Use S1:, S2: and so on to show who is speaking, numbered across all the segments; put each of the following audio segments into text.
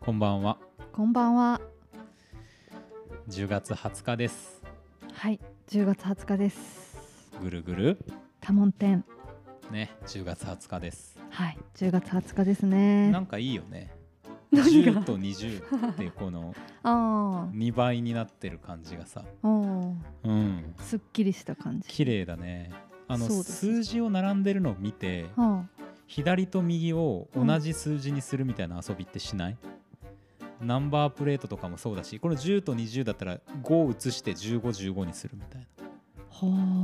S1: こんばんは。
S2: こんばんは。
S1: 10月20日です。
S2: はい、10月20日です。
S1: ぐるぐる。
S2: 多聞天。
S1: ね、10月20日です。
S2: はい、10月20日ですね。
S1: なんかいいよね。
S2: 何が
S1: 10と20ってこの
S2: あ
S1: 2倍になってる感じがさ。
S2: あ、おー
S1: うん。
S2: すっきりした感じ。
S1: 綺麗だね。あの
S2: そうです
S1: 数字を並んでるのを見て、
S2: あ
S1: 左と右を同じ数字にするみたいな遊びってしない、ナンバープレートとかもそうだしこの10と20だったら5移して1515にするみたいな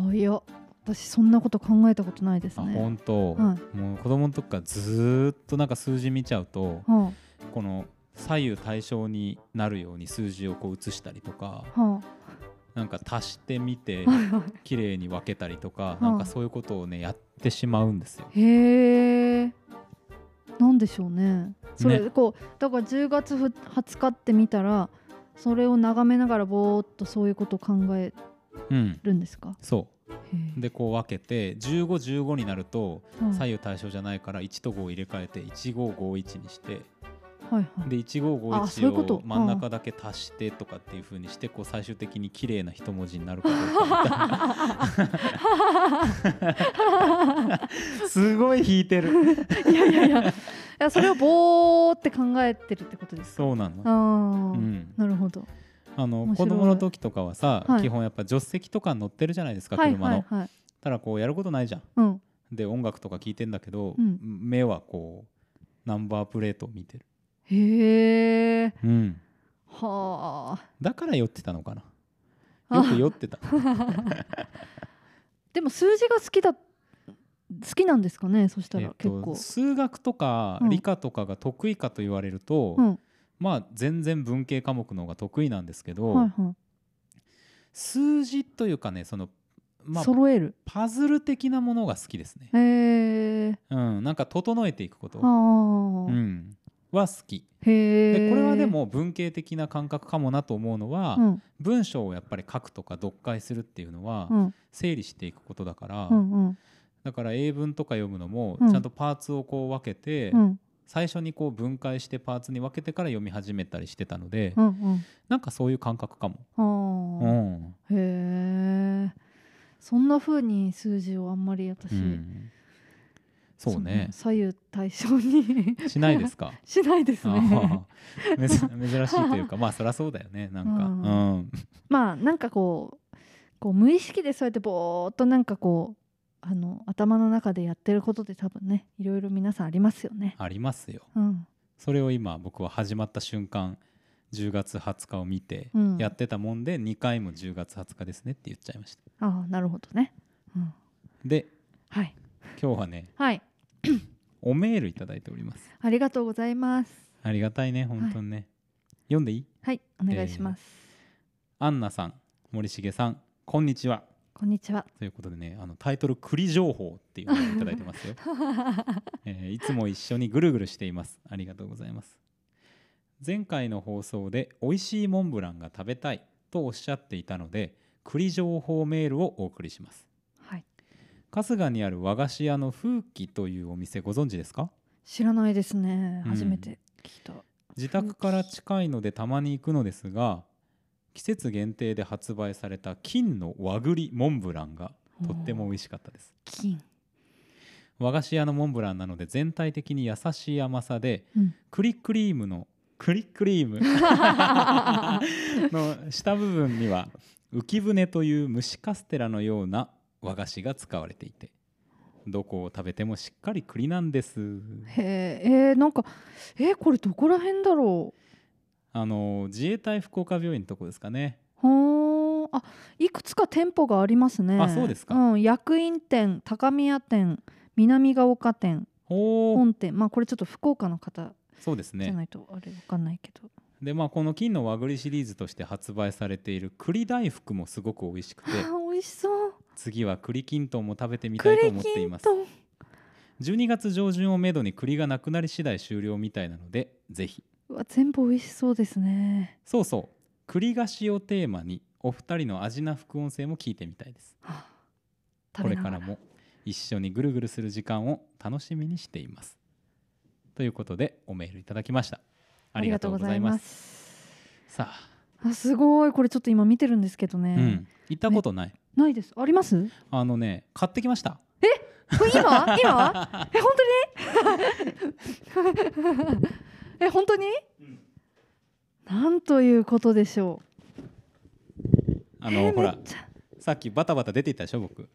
S2: あ、はあ、いや、私そんなこと考えたことないです
S1: あ
S2: ね。
S1: 本当、
S2: は
S1: もう子供の時からずーっとなんか数字見ちゃうと
S2: は
S1: この左右対称になるように数字をこう移したりとか
S2: あ、は
S1: なんか足してみて
S2: あ、はいは
S1: 綺麗に分けたりとか
S2: い
S1: なんかそういうことをねやってしまうんですよ。
S2: い。へえ。なんでしょうね。それ、
S1: ね
S2: こう、だから10月ふ20日って見たら。それを眺めながらぼーっとそういうことを考え
S1: うん、
S2: るんですか。
S1: そ
S2: へ
S1: う
S2: え
S1: でこう分けて1515になると
S2: うん
S1: 左右対称じゃないから1と5を入れ替えて1551にして
S2: はいはい。
S1: で
S2: あそういうこ
S1: 1551
S2: と
S1: を真ん中だけ足してとかっていう風にしてこう最終的に綺麗な一文字になるかどうかみたいな。すごい引いてる
S2: いやいやいや、いやそれをぼーって考えてるってことですか。
S1: そうなの、
S2: ああ、
S1: うん、
S2: なるほど。
S1: あの
S2: 面
S1: 子
S2: 白い
S1: 供の時とかはさ、
S2: はい
S1: 基本やっぱ助手席とか乗ってるじゃないですか
S2: は
S1: 車
S2: い
S1: の、
S2: はいはい。
S1: ただこうやることないじゃん
S2: うん。
S1: で音楽とか聞いてんだけど、
S2: うん
S1: 目はこうナンバープレートを見てる、
S2: へえ。
S1: うん、
S2: は
S1: だから酔ってたのかな
S2: あ。
S1: よく酔ってた
S2: でも数字が好きだ。好きなんですかね。そした
S1: えっ
S2: ら
S1: と
S2: 結構。
S1: 数学とか
S2: うん
S1: 理科とかが得意かと言われると、
S2: うん。
S1: まあ全然文系科目の方が得意なんですけど、
S2: はいは
S1: 数字というかねその
S2: い。
S1: まあ
S2: 揃える。
S1: パズル的なものが好きですね
S2: へ。え。
S1: うん、なんか整えていくこと、
S2: ああ
S1: う。ん、は好き。
S2: へえ。
S1: でこれはで。も文系的な感覚かもなと思うのは、
S2: うん。
S1: 文章をやっぱり書くとか読解するっていうのは
S2: うん。
S1: 整理していくことだから、
S2: うん。うん。
S1: だから英文とか読むのも
S2: うん
S1: ちゃんとパーツをこう分けて、
S2: うん。
S1: 最初にこう分解してパーツに分けてから読み始めたりしてたので、
S2: うん。
S1: なんかそういう感覚かも。
S2: うん。
S1: う
S2: ああ。
S1: ん
S2: へえ。そんな風に数字をあんまり私。
S1: うんそうね
S2: 左右対称に
S1: しないですか
S2: しないですね。
S1: あーめず珍しいというかまあそりゃそうだよねなんか、う
S2: う
S1: んん
S2: まあなんかこうこう無意識でそうやってぼーっとなんかこうあの頭の中でやってることで多分ねいろいろ皆さんありますよね。
S1: ありますよ
S2: うん、
S1: それを今僕は始まった瞬間10月20日を見て
S2: うん
S1: やってたもんで2回も10月20日ですねって言っちゃいました
S2: ああなるほどね。うん、
S1: で
S2: はい
S1: 今日はね
S2: はい
S1: おメールいただいております
S2: ありがとうございます。
S1: ありがたいね本当にね、読んでいい
S2: はいお願いします。
S1: アンナさん森重さんこんにちは
S2: こんにちは。
S1: ということでねあのタイトル「栗情報」っていうのをいただいてますよ、えーいつも一緒にぐるぐるしていますありがとうございます前回の放送で美味しいモンブランが食べたいとおっしゃっていたので栗情報メールをお送りします
S2: はい
S1: 春日にある和菓子屋の風紀というお店ご存知ですか
S2: 知らないですね
S1: うん
S2: 初めて聞いた。
S1: 自宅から近いのでたまに行くのですが季節限定で発売された金の和栗モンブランがとっても美味しかったです
S2: 金。
S1: 和菓子屋のモンブランなので全体的に優しい甘さで
S2: うん。
S1: 栗クリームの栗クリー ムの下部分には浮舟という蒸しカステラのような和菓子が使われていてどこを食べてもしっかり栗なんです
S2: へええー、なんかえー、これどこら辺だろう。
S1: あの自衛隊福岡病院のとこですかね
S2: ほーあいくつか店舗がありますね
S1: あそうですか
S2: うん、役員店高宮店南ヶ丘店
S1: おお
S2: 本店まあこれちょっと福岡の方
S1: そうです
S2: じゃ
S1: ね
S2: ないとあれわかんないけど、
S1: でまあこの金の和栗シリーズとして発売されている栗大福もすごく美味し くて
S2: あー美味しそう
S1: 次は栗きんとんも食べてみたいと
S2: 栗
S1: 思って
S2: き
S1: い
S2: ん
S1: ます
S2: とん
S1: 12月上旬をめどに栗がなくなり次第終了みたいなのでぜひ
S2: うわ全部美味しそうですね
S1: そうそう栗菓子をテーマにお二人の味な副音声も聞いてみたいです
S2: はあ
S1: こ
S2: 食べ
S1: れ
S2: なが
S1: からも一緒にぐるぐるする時間を楽しみにしていますということでおメールいただきましたありがとうございます
S2: す
S1: さあ、
S2: あすごいこれちょっと今見てるんですけどね、
S1: うん、行ったことない、
S2: ないですあります
S1: あのね買ってきました
S2: 今今え本当に え本当になんということでしょう
S1: あ
S2: え
S1: の
S2: ー
S1: ほ
S2: め
S1: ら
S2: っちゃ
S1: さっきバタバタ出ていったでしょ僕、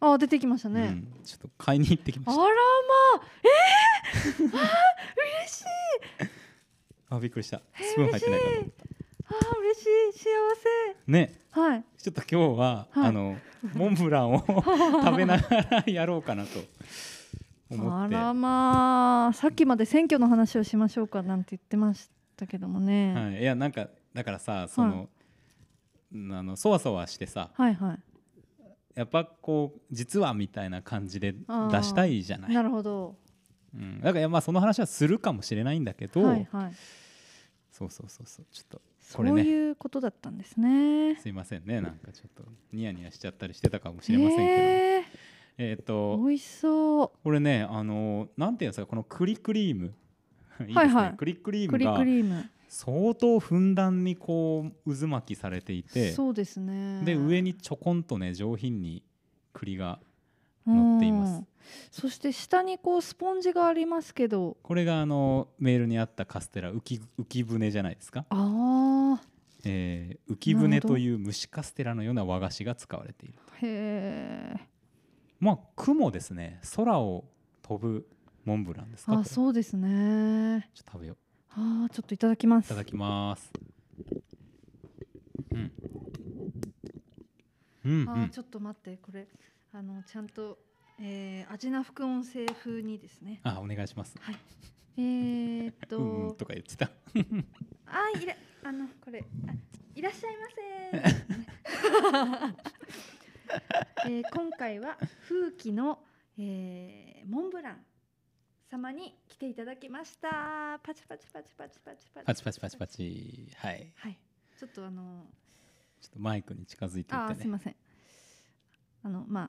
S2: あ出てきました
S1: う
S2: ね、
S1: ん、ちょっと買いに行ってきま
S2: あら
S1: し
S2: まあ
S1: たあびっくりしたスプーン入ってないかな
S2: あー嬉しい幸
S1: ね
S2: せはい
S1: ちょっと今日は、
S2: はい
S1: あのモンブラン を食べながらやろうかなと思
S2: あ
S1: って、
S2: ら
S1: は
S2: まあさっきまで選挙の話をしましょうかなんて言ってましたけどもね、
S1: い、いやなんかだからさその、あのそわそわしてさ
S2: はい、はい
S1: やっぱこう実はみたいな感じで出したいじゃない
S2: なるほど
S1: うん、だからまあその話はするかもしれないんだけど、
S2: はいはい
S1: そうそうそうそうちょっと
S2: そ
S1: これ
S2: う
S1: ね
S2: いうことだったんですね
S1: すいませんねなんかちょっとニヤニヤしちゃったりしてたかもしれませんけど、
S2: え
S1: えっ、
S2: ー、
S1: と
S2: 美味しそう
S1: これねあのなんていうんですかこの栗クリーム いいですね、
S2: はいはい
S1: 栗クリーム
S2: 栗
S1: が
S2: クリーム
S1: 相当ふんだんにこう渦巻きされていて
S2: そうですね
S1: で上にちょこんとね上品に栗が乗っています
S2: うんそして下にこうスポンジがありますけど
S1: これがあのメールにあったカステラ浮き浮き舟じゃないですか、
S2: あ
S1: えー浮き舟という蒸しカステラのような和菓子が使われている
S2: ーへえ
S1: まあ雲ですね空を飛ぶモンブランですかこ
S2: あ
S1: れちょっ
S2: そうですね
S1: と食べよう
S2: あーちょっといただきま
S1: い
S2: す
S1: ただきますうんうんう
S2: あー
S1: ん
S2: ちょっと待ってこれあのちゃんと、えー、アジナ副音声風にですね
S1: あお願いします
S2: えー、っと、
S1: うんうんとか言ってた
S2: あいらあのこれあいらっしゃい ませ、えー、今回は風紀の、えー、モンブラン様に来ていただきましたパチパチパチパチパチパチ
S1: パチパチパチパチはい
S2: はいちょっとあの
S1: ちょっとマイクに近づいてい
S2: あ
S1: っ
S2: ーす
S1: て
S2: い
S1: ね
S2: ませんあのまあ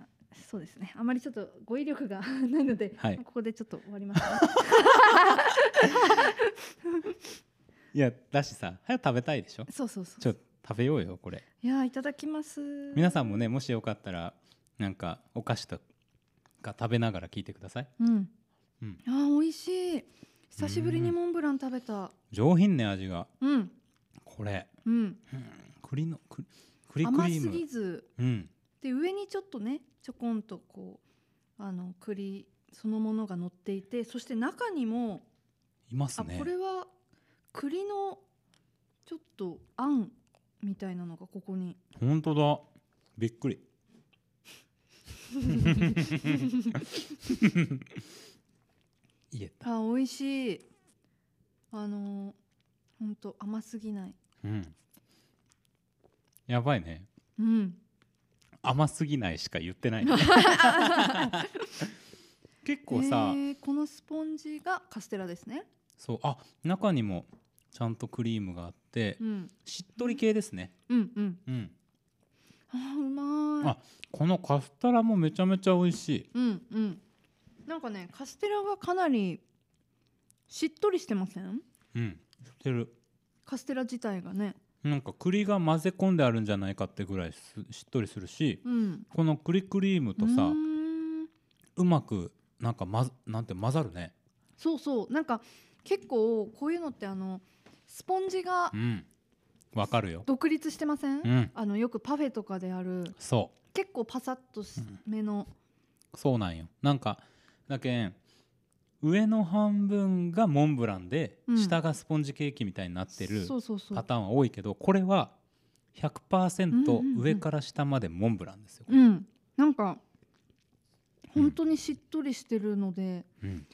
S2: あそうですねあまりちょっと語彙力が ないので、
S1: はい
S2: ここでちょっと終わります、 ね、
S1: いやだしさ早く食べたいでしょ
S2: そうそうそう
S1: ちょっと食べようよこれ
S2: いやーいただきます
S1: 皆さんもねもしよかったらなんかお菓子とか食べながら聞いてください
S2: うん、
S1: うん
S2: あー美味しい久しぶりにモンブラン食べた
S1: 上品ね味が
S2: うん
S1: これ
S2: うん
S1: うん栗の栗栗ク
S2: 甘
S1: リー
S2: す
S1: ム
S2: ぎず
S1: うん
S2: で上にちょっとねちょこんとこうあの栗そのものが乗っていてそして中にも
S1: います
S2: あ
S1: ね
S2: これは栗のちょっとあんみたいなのがここに
S1: 本当だびっく り 言えた
S2: あ美味しいあのほんと甘すぎない
S1: うんやばいね
S2: うん
S1: 甘すぎないしか言ってないね 結構さ、
S2: えーこのスポンジがカステラですね
S1: そうあ中にもちゃんとクリームがあって、
S2: うん
S1: しっとり系ですね、
S2: うんうん
S1: うん、
S2: あーうまい
S1: あこのカステラもめちゃめちゃ美味しい
S2: うんうんなんかねカステラがかなりしっとりしてません
S1: うんしてる
S2: カステラ自体がね
S1: なんか栗が混ぜ込んであるんじゃないかってぐらいすしっとりするし
S2: うん
S1: この栗クリームと
S2: う
S1: さ
S2: ーん
S1: うまくなんか、まず、なんて混ざるね
S2: そうそうなんか結構こういうのってあのスポンジが
S1: うんわかるよ
S2: 独立してません、
S1: うん
S2: あのよくパフェとかである
S1: そ
S2: 結構パサッとし
S1: うん
S2: めの、
S1: うそうなんよなんかだけん上の半分がモンブランで、
S2: うん
S1: 下がスポンジケーキみたいになってる
S2: そうそうそう
S1: パターンは多いけどこれは
S2: うんうんう
S1: 100%
S2: ん
S1: 上から下までモンブランですよ、
S2: うんなんか本当にしっとりしてるので、
S1: うん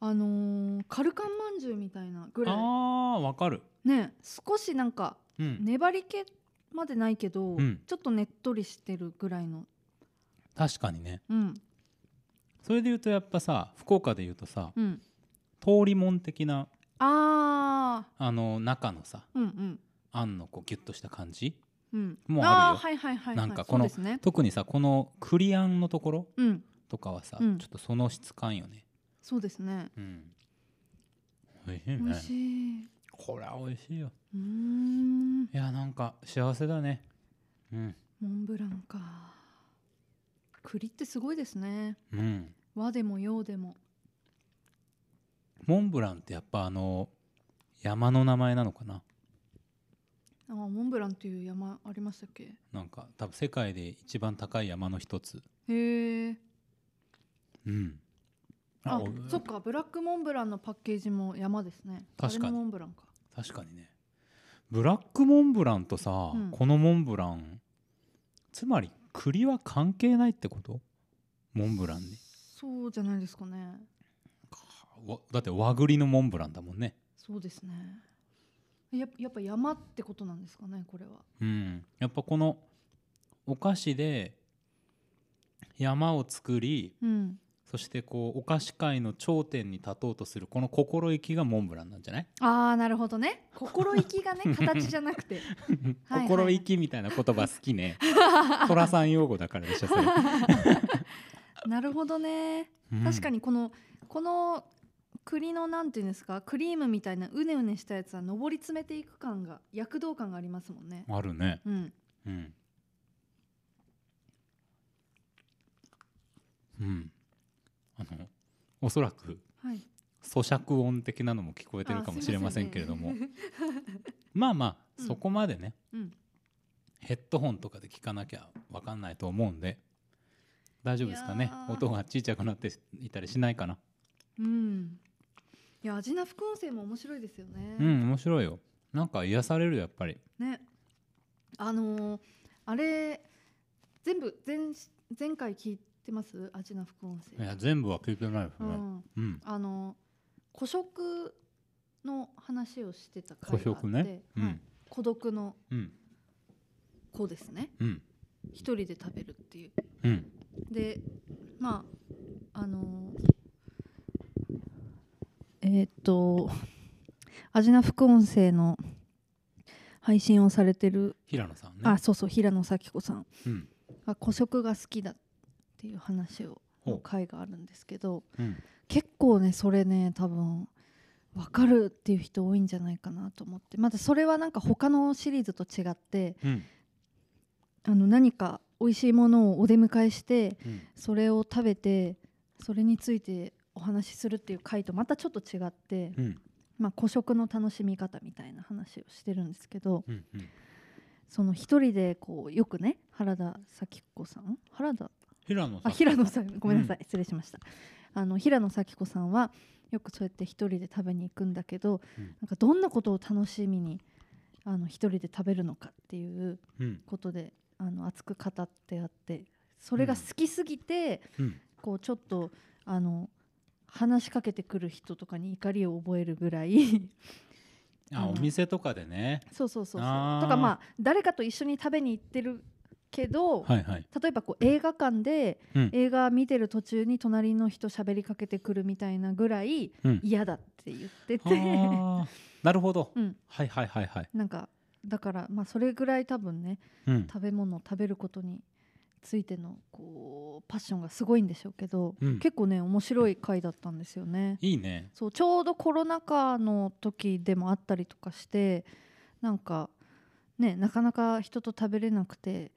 S2: あのーカルカンまんじゅうみたいなぐ
S1: あ
S2: らい
S1: ーわかる、
S2: ね少しなんか
S1: うん
S2: 粘り気までないけど、
S1: うん
S2: ちょっとねっとりしてるぐらいの
S1: 確かにね
S2: うん
S1: それで言うとやっぱさ福岡で言うとさ
S2: うん
S1: 通りもん的な
S2: あ
S1: あの中のさ
S2: ーうんうん
S1: あんのこうギュッとした感じ
S2: うん
S1: もうあるよ
S2: ーはいはいはいはい
S1: なんかこの
S2: そうですね
S1: 特にさこの栗あんのところ
S2: うん
S1: とかはさ、
S2: うん
S1: ちょっとその質感よね
S2: そうですね
S1: うん美味しい
S2: 美
S1: ね
S2: 味しい
S1: これは美味しいよ
S2: うーん
S1: いやなんか幸せだねうん
S2: モンブランか栗ってすごいですね
S1: うん
S2: 和でも洋でも
S1: モンブランってやっぱあの山の名前なのかな
S2: あモンブランっていう山ありましたっけ
S1: なんか多分世界で一番高い山の一つ
S2: へえ
S1: うん
S2: あ
S1: お
S2: そっかブラックモンブランのパッケージも山ですね
S1: 確かに
S2: あれもモンブランか
S1: 確かにねブラックモンブランとさ、
S2: うん
S1: このモンブランつまり栗は関係ないってことモンブランに
S2: そうじゃないですかね
S1: わだって和栗のモンブランだもんね
S2: そうですねやっぱやっぱ山ってことなんですかねこれは
S1: うんやっぱこのお菓子で山を作り
S2: うん
S1: そしてこうお菓子界の頂点に立とうとするこの心意気がモンブランなんじゃない、
S2: ああなるほどね心意気 がね形じゃなくて はいはい
S1: 心意気みたいな言葉好き ね寅さん用語だからでしょそれ、
S2: なるほどね 確か
S1: に
S2: にこのこの栗のなんていうんですかクリームみたいなうねうねしたやつは上り詰めていく感が躍動感がありますもんね
S1: あるね
S2: うん
S1: うん。うん。あの、おそらく
S2: はい
S1: 咀嚼音的なのも聞こえてるかもしれませんけれども、
S2: あすいませんね
S1: まあまあ、
S2: うん
S1: そこまでね、
S2: うん
S1: ヘッドホンとかで聞かなきゃわかんないと思うんで、大丈夫ですか
S2: い
S1: ね
S2: や。ー
S1: 音が小さくなっていたりしないかな。
S2: うんいや味な副音声も面白いですよね
S1: うん、面白いよ。なんか癒されるよやっぱり。
S2: ねあのーあれ全部前前回聞いてます味な副音
S1: い
S2: 声
S1: や、全部は聞いてないです
S2: う
S1: ね。
S2: ん
S1: うん。
S2: あの孤食の話をしてた回があって
S1: 孤食ねう
S2: はい
S1: ん。
S2: 孤独の
S1: うん。
S2: 子ですね
S1: うん。
S2: 一人で食べるっていう
S1: うん。
S2: でまああのえーっとアジナ副音声の配信をされてる、
S1: 平野さんね。
S2: あそうそう平野咲子さん
S1: うん。
S2: が孤食が好きだっていう話を
S1: ほう
S2: の回があるんですけど
S1: うん。
S2: 結構ねそれね多分分かるっていう人多いんじゃないかなと思ってまたそれはなんか他のシリーズと違って
S1: うん。
S2: あの何か美味しいものをお出迎えして
S1: うん。
S2: それを食べてそれについてお話しするっていう回とまたちょっと違って、
S1: うん。
S2: まあ、孤食の楽しみ方みたいな話をしてるんですけど
S1: うんうん
S2: その一人でこうよくね原田咲子さん原田
S1: 平野さん。
S2: あ平野さんごめんなさい、失礼しましたあの平野咲子さんはよくそうやって一人で食べに行くんだけど、
S1: うん
S2: なんかどんなことを楽しみにあの一人で食べるのかっていう
S1: うん
S2: ことであの熱く語ってあってそれが好きすぎて、
S1: うん
S2: こうちょっとあの話しかけてくる人とかに怒りを覚えるぐらい
S1: あお店とかでね。
S2: そうそうそうそう
S1: あー
S2: とかまあ誰かと一緒に食べに行ってるけど、
S1: はいはい。
S2: 例えばこう映画館で
S1: うん
S2: 映画見てる途中に隣の人喋りかけてくるみたいなぐらい
S1: うん。
S2: 嫌だって言ってて、。
S1: あーなるほど
S2: うん、
S1: はいはいはいはい。
S2: なんかだからまあそれぐらい多分ね
S1: うん
S2: 食べ物を食べることについてのこうパッションがすごいんでしょうけど、
S1: うん
S2: 結構ね面白い回だったんですよね。
S1: いいね。
S2: そうちょうどコロナ禍の時でもあったりとかしてなんかねなかなか人と食べれなくて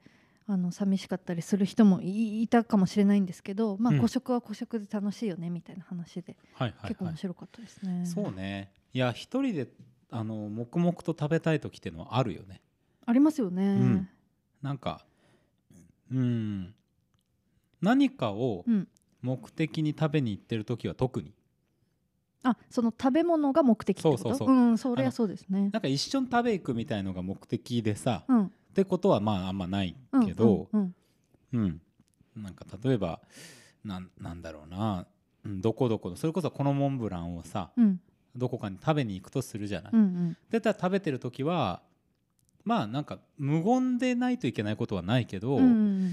S2: あの寂しかったりする人もいいたかもしれないんですけど、まあ、
S1: うん
S2: 孤食は孤食で楽しいよねみたいな話で、
S1: はいはい
S2: 結構
S1: は
S2: 面白かったですね。
S1: い。そうね。いや一人であの黙々と食べたい時っていうのはあるよね。
S2: ありますよね。
S1: んなんかうん何かを
S2: うん
S1: 目的に食べに行ってる時は特に
S2: あその食べ物が目的ってこと、
S1: そうそうそうん
S2: それはそうですね
S1: な。んか一緒に食べ行くみたいのが目的でさ、
S2: うん
S1: ってことはまああんまない
S2: うん
S1: けど。
S2: うんうん
S1: うん、なんか例えばなんなんだろうな、うん、どこどこのそれこそこのモンブランをさ
S2: うん
S1: どこかに食べに行くとするじゃない。
S2: うんうん
S1: でたら食べてる時はまあなんか無言でないといけないことはないけど、
S2: うんうん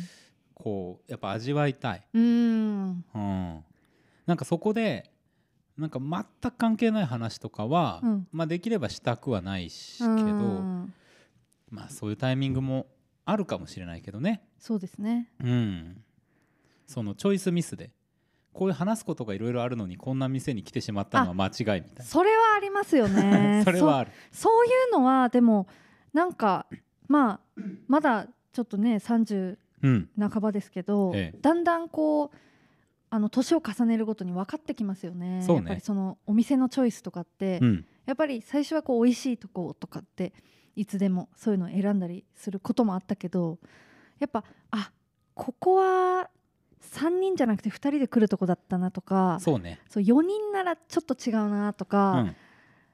S1: こうやっぱ味わいたい、
S2: うん
S1: うん、なんかそこでなんか全く関係ない話とかは、
S2: うん
S1: まあ、できればしたくはないしけ
S2: う
S1: ど、
S2: ん
S1: まあ、そういうタイミングもあるかもしれないけどね。
S2: そうですね。
S1: うん、そのチョイスミスでこういう話すことがいろいろあるのにこんな店に来てしまったのは間違いみたい
S2: それはありますよね
S1: な。 それはある
S2: そういうのはでもなんかまあまだちょっとね30
S1: うん
S2: 半ばですけど、
S1: ええ
S2: だんだんこうあの年を重ねるごとに分かってきますよね
S1: そうね
S2: やっぱりそのお店のチョイスとかって、
S1: うん
S2: やっぱり最初はこう美味しいとことかっていつでもそういうのを選んだりすることもあったけどやっぱあここは3人じゃなくて2人で来るとこだったなとか
S1: そうね
S2: そう4人ならちょっと違うな
S1: う
S2: とか、
S1: ん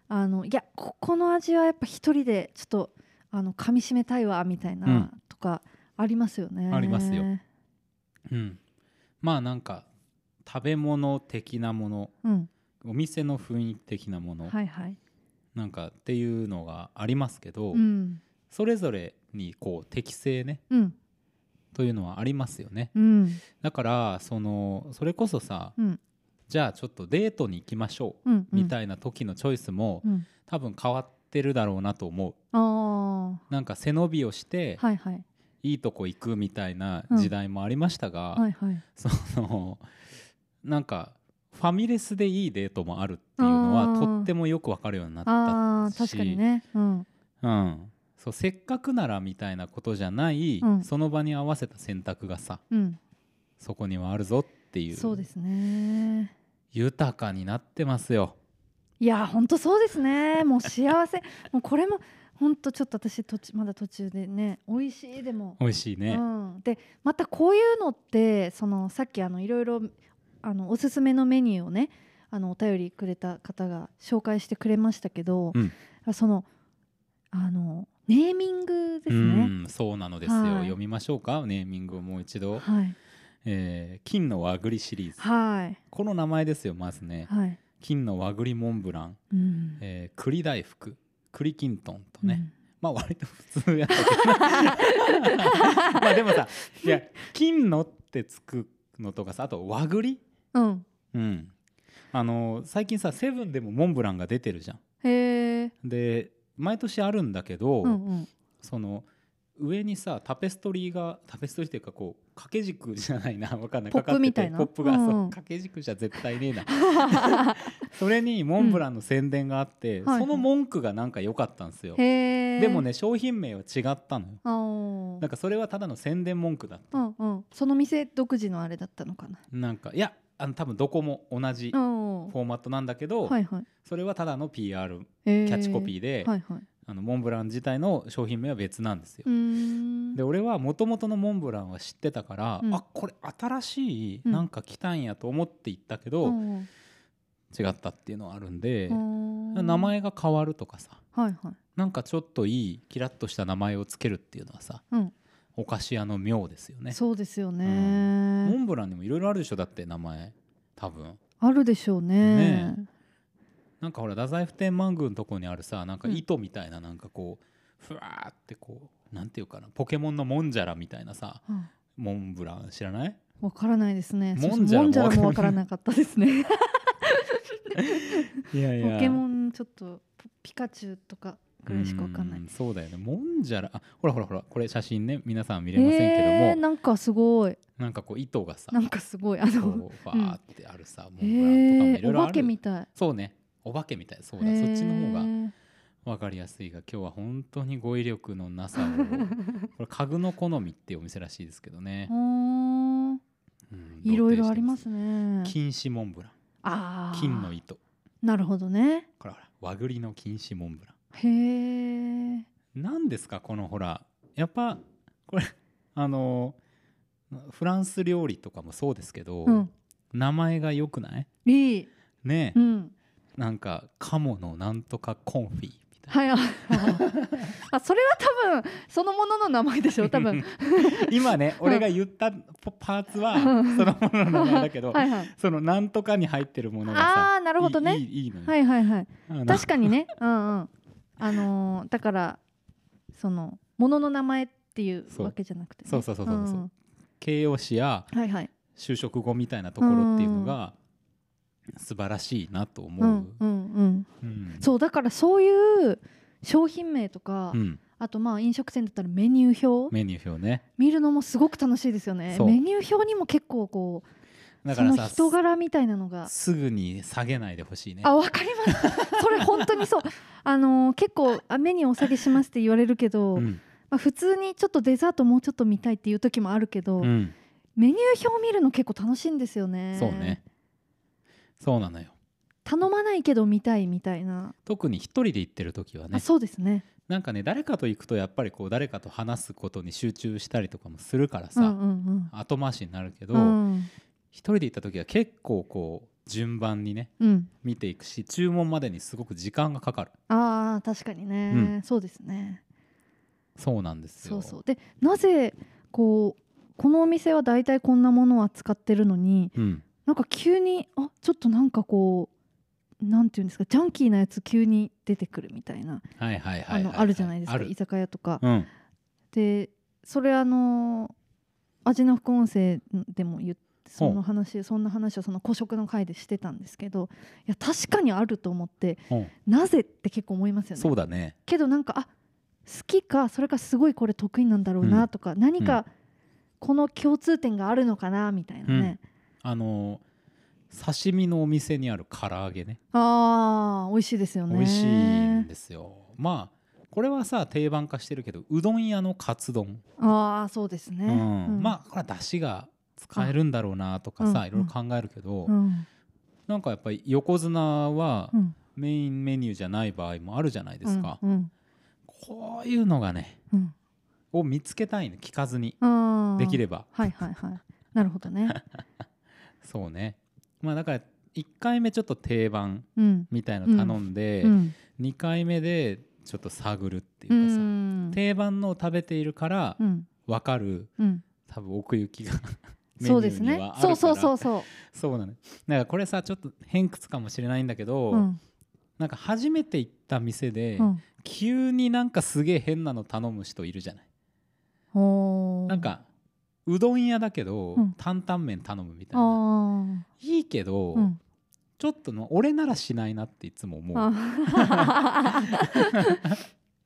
S2: あのいやここの味はやっぱ一人でちょっとあの噛みしめたいわみたいな、
S1: うん
S2: とかありますよね。
S1: ありますようんまあなんか食べ物的なもの
S2: うん、
S1: お店の雰囲気的なもの、
S2: はいはい。
S1: なんかっていうのがありますけど、
S2: うん、
S1: それぞれにこう適性ね
S2: うん、
S1: というのはありますよね
S2: うん、
S1: だからそのそれこそさ、
S2: うん
S1: じゃあちょっとデートに行きましょ
S2: うん、うん
S1: うみたいな時のチョイスも、
S2: うん、
S1: 多分変わってるだろうなと思う
S2: あ
S1: なんか背伸びをして
S2: あ、はいはい、
S1: いいとこ行くみたいな
S2: うん
S1: 時代もありましたが、
S2: はいはい。
S1: そのなんかファミレスでいいデートもあるっていうの
S2: あ
S1: は
S2: ー
S1: とってもよくわかるようになっ
S2: ああ、
S1: たし
S2: 確かにね。うん、
S1: うん、そうせっかくならみたいなことじゃない、
S2: うん
S1: その場に合わせた選択がさ
S2: うん、
S1: そこにはあるぞっていう
S2: そうですね。
S1: 豊かになってますよ。
S2: いやー、本当そうですね。もう幸せ、もうこれも本当ちょっと私途中まだ途中でね、美味しいでも。
S1: 美味しいね、
S2: うん、でまたこういうのってそのさっきあのいろいろあのおすすめのメニューをねあのお便りくれた方が紹介してくれましたけど、そのあのネーミングですね。
S1: うんそうなのですよ、
S2: はい
S1: 読みましょうかネーミングをもう一度、
S2: はい
S1: えー金の和栗シリーズ
S2: はい
S1: この名前ですよまずね
S2: はい。
S1: 金の和栗モンブラン、
S2: うん
S1: えー栗大福栗きんとんとね、まあ割と普通やったけど まあでもさいや金のってつくのとかさあと和栗
S2: うんうん
S1: うんあの最近さセブンでもモンブランが出てるじゃん
S2: へえ。
S1: で毎年あるんだけど、
S2: うんうん
S1: その上にさタペストリーがタペストリーっていうかこう掛け軸じゃないな わかんない
S2: ポップ
S1: かかってて
S2: みたいな
S1: ポップが、
S2: うんうん
S1: そう掛け軸じゃ絶対ねえな それにモンブランの宣伝があって、
S2: はいはい
S1: その文句がなんか良かったんですよ、
S2: へえ。
S1: でも。ね商品名は違ったのよ
S2: あお
S1: なん。かそれはただの宣伝文句だった、
S2: うんうん。その店独自のあれだったのかな。
S1: なんかいやあの多分どこも同じフ
S2: うん。
S1: ォーマットなんだけど、
S2: はいはい。
S1: それはただの PR
S2: キ
S1: キ
S2: ャ
S1: ャッチコピーで、
S2: はいはい。
S1: あのモンブラン自体の商品名は別なんですよ
S2: うーん。
S1: で俺はもともとのモンブランは知ってたから、
S2: うん
S1: あこれ新しい
S2: うん
S1: なんか来たんやと思って行ったけど、
S2: うんうん
S1: 違ったっていうのはあるんで、
S2: 名
S1: 名前が変わるとかさ
S2: はいはい
S1: なんかちょっといいキラッとした名前をつけるっていうのはさ、
S2: うん
S1: お菓子屋の妙ですよね
S2: そうですよね、
S1: モンブランにもいろいろあるでしょだって名前多分
S2: あるでしょうね
S1: ねなんかほら太宰府天満宮のとこにあるさなんか糸みたいななんかこうふわーってこうなんていうかなポケモンのモンジャラみたいなさ
S2: あ
S1: モンブラン知らない
S2: わからないですね
S1: もんじゃら
S2: そうそうもんじゃらも
S1: も
S2: わ
S1: わ
S2: か
S1: からら
S2: なかったですね
S1: い やい
S2: ポケモンちょっとピカチュウとかぐらいしかわかんないう
S1: ーそうだよねもんじゃらあほらほらほらこれ写真ね皆さんは見れませんけども、
S2: えー、なんかすごい
S1: なんかこう糸がさ
S2: なんかすごいあの
S1: こうバーってあるさ、
S2: え
S1: モンブランとかもい
S2: ー、
S1: ろい
S2: お
S1: ろあ
S2: 化
S1: る
S2: けみたい
S1: そうねお化けみたいそうだ、そっちの方が分かりやすいが今日は本当に語彙力のな さをこれ家具の好みっていうお店らしいですけどね、
S2: 方が
S1: うん
S2: いろいろあります
S1: ロ
S2: ね
S1: ーテーションです金糸モンブラン
S2: あー
S1: 金の糸
S2: なるほどね
S1: ほらほら和栗の金糸モンブラン
S2: へえ
S1: なんですかこのほらやっぱこれあのフランス料理とかもそうですけど、
S2: うん
S1: 名前が良くない
S2: いい
S1: ね
S2: う、ん
S1: なんか鴨のなんとかコンフィみたいな、
S2: はい、ああそれは多分そのものの名前で しょ多分
S1: 今ね俺が言ったポパーツはそのものの名前だけど、
S2: はいはい
S1: そのなんとかに入ってるものがさ
S2: ああなるほど
S1: いい
S2: ね
S1: いいいいのよ、
S2: はいはいはい
S1: あの
S2: 確かにね うんうんあのーだからそのものの名前っていう
S1: そう
S2: わけじゃなくてね、
S1: そうそうそうそうそうん形容詞や
S2: はいはい
S1: 就職後みたいなところっていうのが素晴らしいなと思
S2: う
S1: う、
S2: んうんうん
S1: うん
S2: そうだからそういう商品名とか、
S1: うん
S2: あとまあ飲食店だったらメニュー表
S1: メニュー表ね
S2: 見るのもすごく楽しいですよね
S1: そう
S2: メニュー表にも結構こう
S1: だ
S2: そ
S1: から
S2: の
S1: さ
S2: 人柄みたいなのが
S1: すぐに下げないでほしいね
S2: あわかります それ本当にそうあのー結構あ目にお下げしますって言われるけど、
S1: うん
S2: まあ、普通にちょっとデザートもうちょっと見たいっていう時もあるけど、
S1: うん
S2: メニュー表見るの結構楽しいんですよね
S1: そうねそうなのよ
S2: 頼まないけど見たいみたいな、
S1: 特に一人で行ってる時は
S2: あ
S1: ね
S2: そうですね
S1: なんかね誰かと行くとやっぱりこう誰かと話すことに集中したりとかもするからさ、
S2: うんうん
S1: 後回しになるけど、
S2: うんうん
S1: 一人で行った時は結構こう順番にね
S2: うん
S1: 見ていくし注文までにすごく時間がかかる
S2: あー確かにね、
S1: うん
S2: そうですね
S1: そうなんです
S2: そ
S1: よ
S2: うそうでなぜこうこのお店は大体こんなものを扱ってるのに
S1: うん、
S2: なんか急にあちょっとなんかこうなんていうんですかジャンキーなやつ急に出てくるみたいな
S1: はいはいは
S2: あ
S1: いは
S2: のあるじゃないです
S1: あ
S2: か
S1: る
S2: 居酒屋とか
S1: うん
S2: でそれあの味の副音声でも言ってそ
S1: ほう
S2: の話そんな話をその古食の会でしてたんですけどいや確かにあると思って
S1: うん
S2: なぜって結構思いますよね
S1: そうだね
S2: けどなんかあ好きかそれかすごいこれ得意なんだろう
S1: うん
S2: なとか、何かこの共通点があるのかなみたいなね、
S1: あの刺身のお店にある唐揚げね
S2: あー美味しいですよね
S1: 美味しいんですよまあこれはさ定番化してるけどうどん屋のカツ丼、
S2: ああそうですね、
S1: うん
S2: うん
S1: まあこれは出汁が使えるんだろうなとかさ、
S2: うん
S1: いろいろ考えるけど、
S2: うん
S1: なんかやっぱり横綱は
S2: うん
S1: メインメニューじゃない場合もあるじゃないですか、
S2: うんうん
S1: こういうのがね
S2: うん
S1: を見つけたいの聞かずに
S2: あー
S1: できれば
S2: はいはいはいなるほ どね
S1: そうねまあだから1回目ちょっと定番
S2: うん
S1: みたいの頼んで、
S2: うん
S1: 2回目でちょっと探るっていう
S2: う
S1: かさ、
S2: ん
S1: 定番のを食べているから
S2: うん
S1: 分かる
S2: うん
S1: 多分奥行きがメニ
S2: そうで
S1: ュ
S2: す
S1: ーに
S2: ね
S1: はあるか
S2: そ
S1: ら
S2: うそうそうそ
S1: そうなのだからこれさちょっと偏屈かもしれないんだけど、
S2: う、うん
S1: なんか初めて行った店で、
S2: うん、
S1: 急になんかすげえ変なの頼む人いるじゃない、
S2: おー
S1: なんかうどん屋だけど、
S2: うん
S1: 担々麺頼むみた
S2: あ
S1: いな
S2: ー
S1: いいけど、
S2: うん
S1: ちょっとの俺ならしないなっていつも思う。
S2: あ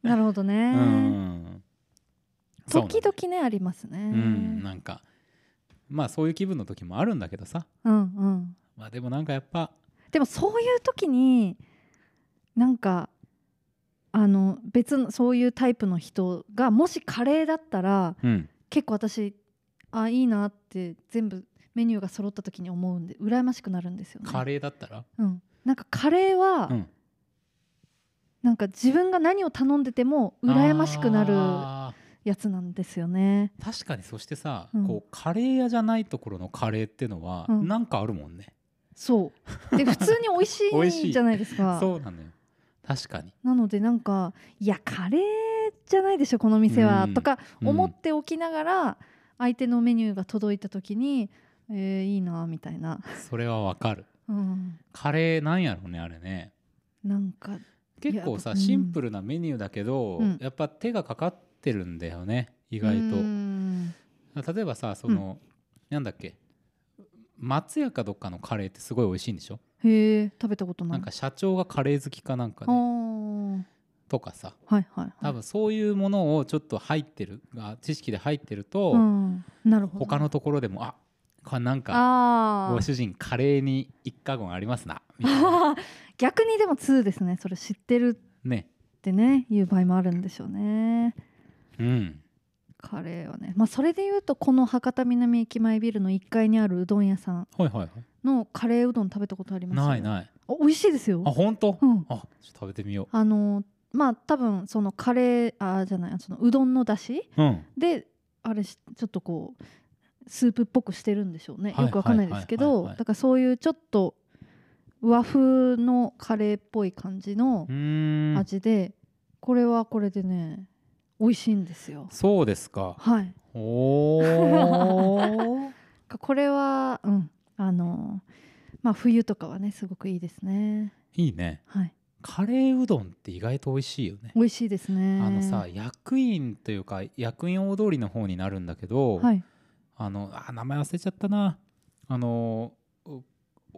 S2: なるほど
S1: う
S2: ね、
S1: んそうなの
S2: 時々ねありますね。
S1: うん、なんかまあそういう気分の時もあるんだけどさ
S2: うんうん
S1: まあでもなんかやっぱ
S2: でもそういう時になんかあの別のそういうタイプの人がもしカレーだったら
S1: うん
S2: 結構私あいいなって全部メニューが揃った時に思うんで羨ましくなるんですよね。
S1: カレーだったら、
S2: うん、なんかカレーは、
S1: うん、
S2: なんか自分が何を頼んでても羨ましくなる
S1: あ
S2: やつなんですよね。
S1: ー確かにそしてさ、
S2: うん
S1: こうカレー屋じゃないところのカレーってのは、
S2: うん
S1: なんかあるもんね
S2: そう で普通に美味し
S1: 美味しい
S2: いじゃないですか。
S1: そうなのよ確かに
S2: なのでなんかいやカレーじゃないでしょこの店は、
S1: うん
S2: とか
S1: うん
S2: 思っておきながら、相手のメニューが届いた時に、えーいいなみた いな、
S1: それはわかる
S2: うん、
S1: カレーなんやろうねあれね
S2: なんか
S1: 結構さ、
S2: いや
S1: シンプルなメニューだけど、
S2: うん
S1: やっぱ手がかかってるんだよね意外と、
S2: うん
S1: 例えばさその、なんだっけ松屋かどっかのカレーってすごい美味しいんでしょ、
S2: へえ食べたことない
S1: なんか社長がカレー好きかなんか
S2: あ
S1: で、
S2: ー
S1: とかさ
S2: はいはいはい
S1: 多分そういうものをちょっと入ってるが知識で入ってると、
S2: うん、なるほど
S1: 他のところでもあこれなんか
S2: あ
S1: ご
S2: ー
S1: 主人カレーに一家言ありますなみたい な
S2: あ逆にでも2ですねそれ知ってる
S1: ね
S2: ってねいう場合もあるんでしょうね
S1: うん
S2: カレーはねまあそれで言うとこの博多南駅前ビルの1階にあるうどん屋さん
S1: はいはいは
S2: のカレーうどん食べたことあり
S1: い
S2: ます
S1: ないない
S2: あ美味しいですよ
S1: あ本当、
S2: うん
S1: あちょっと食べてみよ
S2: あのまあ多分そのカレーあじゃないそのうどんの出汁
S1: ううん
S2: であれしちょっとこうスープっぽくしてるんでしょうね
S1: はい
S2: よくわかんないですけ
S1: はいはいはい
S2: ど
S1: はい
S2: だからそういうちょっと和風のカレーっぽい感じの
S1: うーん
S2: 味でこれはこれでね美味しいんですよ
S1: そうですか
S2: はい
S1: お お
S2: これはうんあのまあ冬とかはねすごくいいですね
S1: いいね
S2: はい
S1: カレーうどんって意外と美味しいよね
S2: 美味しいですね
S1: あのさ役員というか役員大通りの方になるんだけど、
S2: はい
S1: あのあ名前忘れちゃったなあのう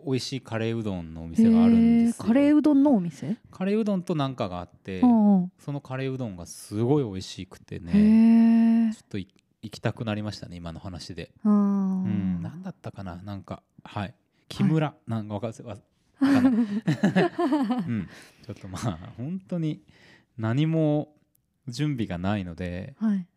S1: 美味しいカレーうどんのお店があるんですよ
S2: へーカレーうどんのお店、
S1: カレーうどんとなんかがあって
S2: うんうん
S1: そのカレーうどんがすごい美味しくてね
S2: へ
S1: ちょっとい行きたくなりましたね今の話で
S2: あー
S1: うん何だったかななんかはい木村、なんかわかんわわか んないうん、ちょっとまあ本当に何も準備がないので
S2: はい、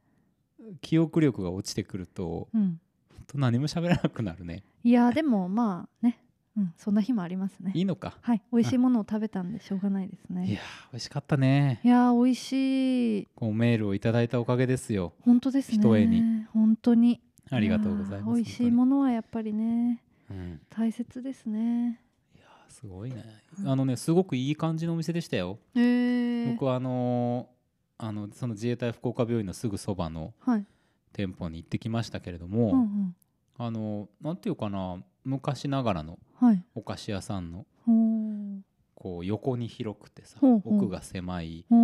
S1: 記憶力が落ちてくると
S2: うん、
S1: 本当何も喋らなくなるね
S2: いやーでもまあね、うん、そんな日もありますね
S1: いいのか
S2: はい美味しいものを食べたんでしょうがないですね
S1: いやー美味しかったね
S2: いやー美味しい
S1: こうメールをいただいたおかげですよ
S2: 本当ですね
S1: ひとえに
S2: 本当に
S1: ありがとうございます
S2: やー美味しいものはやっぱり
S1: 本
S2: ね
S1: 当にうん
S2: 大切ですね
S1: いやーすごいね
S2: うん
S1: あのねすごくいい感じのお店でしたよ
S2: えー、
S1: 僕はあのーあのその自衛隊福岡病院のすぐそばの
S2: はい、
S1: 店舗に行ってきましたけれども、
S2: うんうん、
S1: あのなんていうかな昔ながらの
S2: はい
S1: お菓子屋さんの
S2: ほー
S1: こう横に広くてさ
S2: ほうほう
S1: 奥が狭い
S2: ほ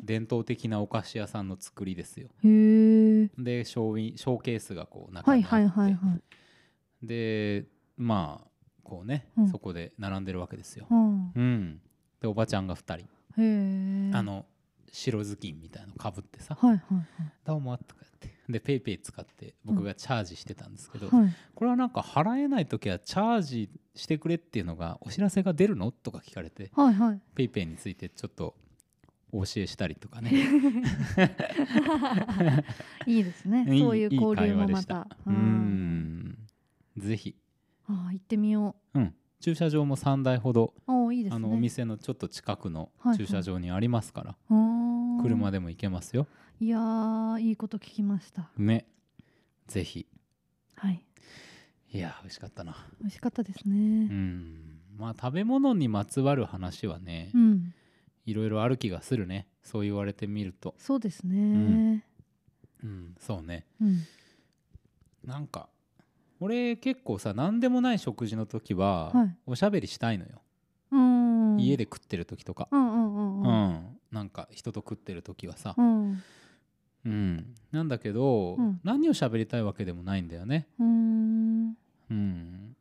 S2: ー
S1: 伝統的なお菓子屋さんの作りですよ
S2: へー
S1: でショーウィンショーケースがこう中
S2: はい
S1: にあって、
S2: はいはいはい
S1: でまあこうね、
S2: うん
S1: そこで並んでるわけですよ、
S2: うん
S1: うん、でおばちゃんが2人、
S2: へー
S1: あの白ずきんみたいのかぶってさ
S2: はいはい
S1: 「どうも」とかやってでペイペイ使って僕がチャージしてたんですけど、
S2: はいはい
S1: これはなんか払えない時はチャージしてくれっていうのがお知らせが出るのとか聞かれて
S2: はいはい
S1: ペイペイについてちょっとお教えしたりとか ね
S2: いいですね
S1: いい
S2: そういう交流
S1: いい会話
S2: もまた
S1: でしたうんぜひ、
S2: ああ行ってみよ
S1: うん、駐車場も3台ほど、
S2: うああいいですね
S1: あのお店のちょっと近くの
S2: はいはい
S1: 駐車場にありますから、車
S2: で
S1: でも行けますよ
S2: いやーいいこと聞きました
S1: ねぜひ
S2: はい
S1: いやー美味しかったな
S2: 美味しかったです
S1: う
S2: ね
S1: んまあ食べ物にまつわる話はね、
S2: うん、
S1: いろいろある気がするねそう言われてみると
S2: そうです
S1: ん
S2: ね
S1: うんそうね
S2: うん
S1: なんか俺結構さ何でもない食事の時は
S2: はい
S1: おしゃべりしたいのよ、
S2: うん、
S1: 家で食ってる時とか、
S2: うんうんうん
S1: う
S2: うんん
S1: なんか人と食ってる時はさ、
S2: うん
S1: うんなんだけど、
S2: うん
S1: 何を喋りたいわけでもないんだよね、
S2: うん
S1: うん、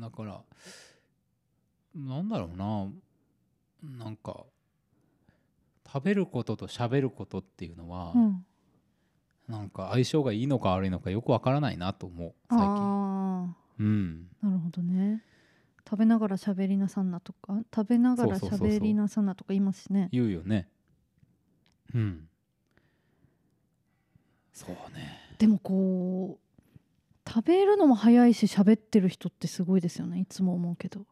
S1: だからなんだろうななんか食べることと喋ることっていうのは、
S2: うん
S1: なんか相性がいいのか悪いのかよくわからないなと思う最近。
S2: あ
S1: うん
S2: あなるほどね食べながら喋りなさんなとか食べながら
S1: そうそうそうそう
S2: 喋りなさんなとか言いますしね
S1: 言うよねうんそうね
S2: でもこう食べるのも早いし喋ってる人ってすごいですよねいつも思うけど、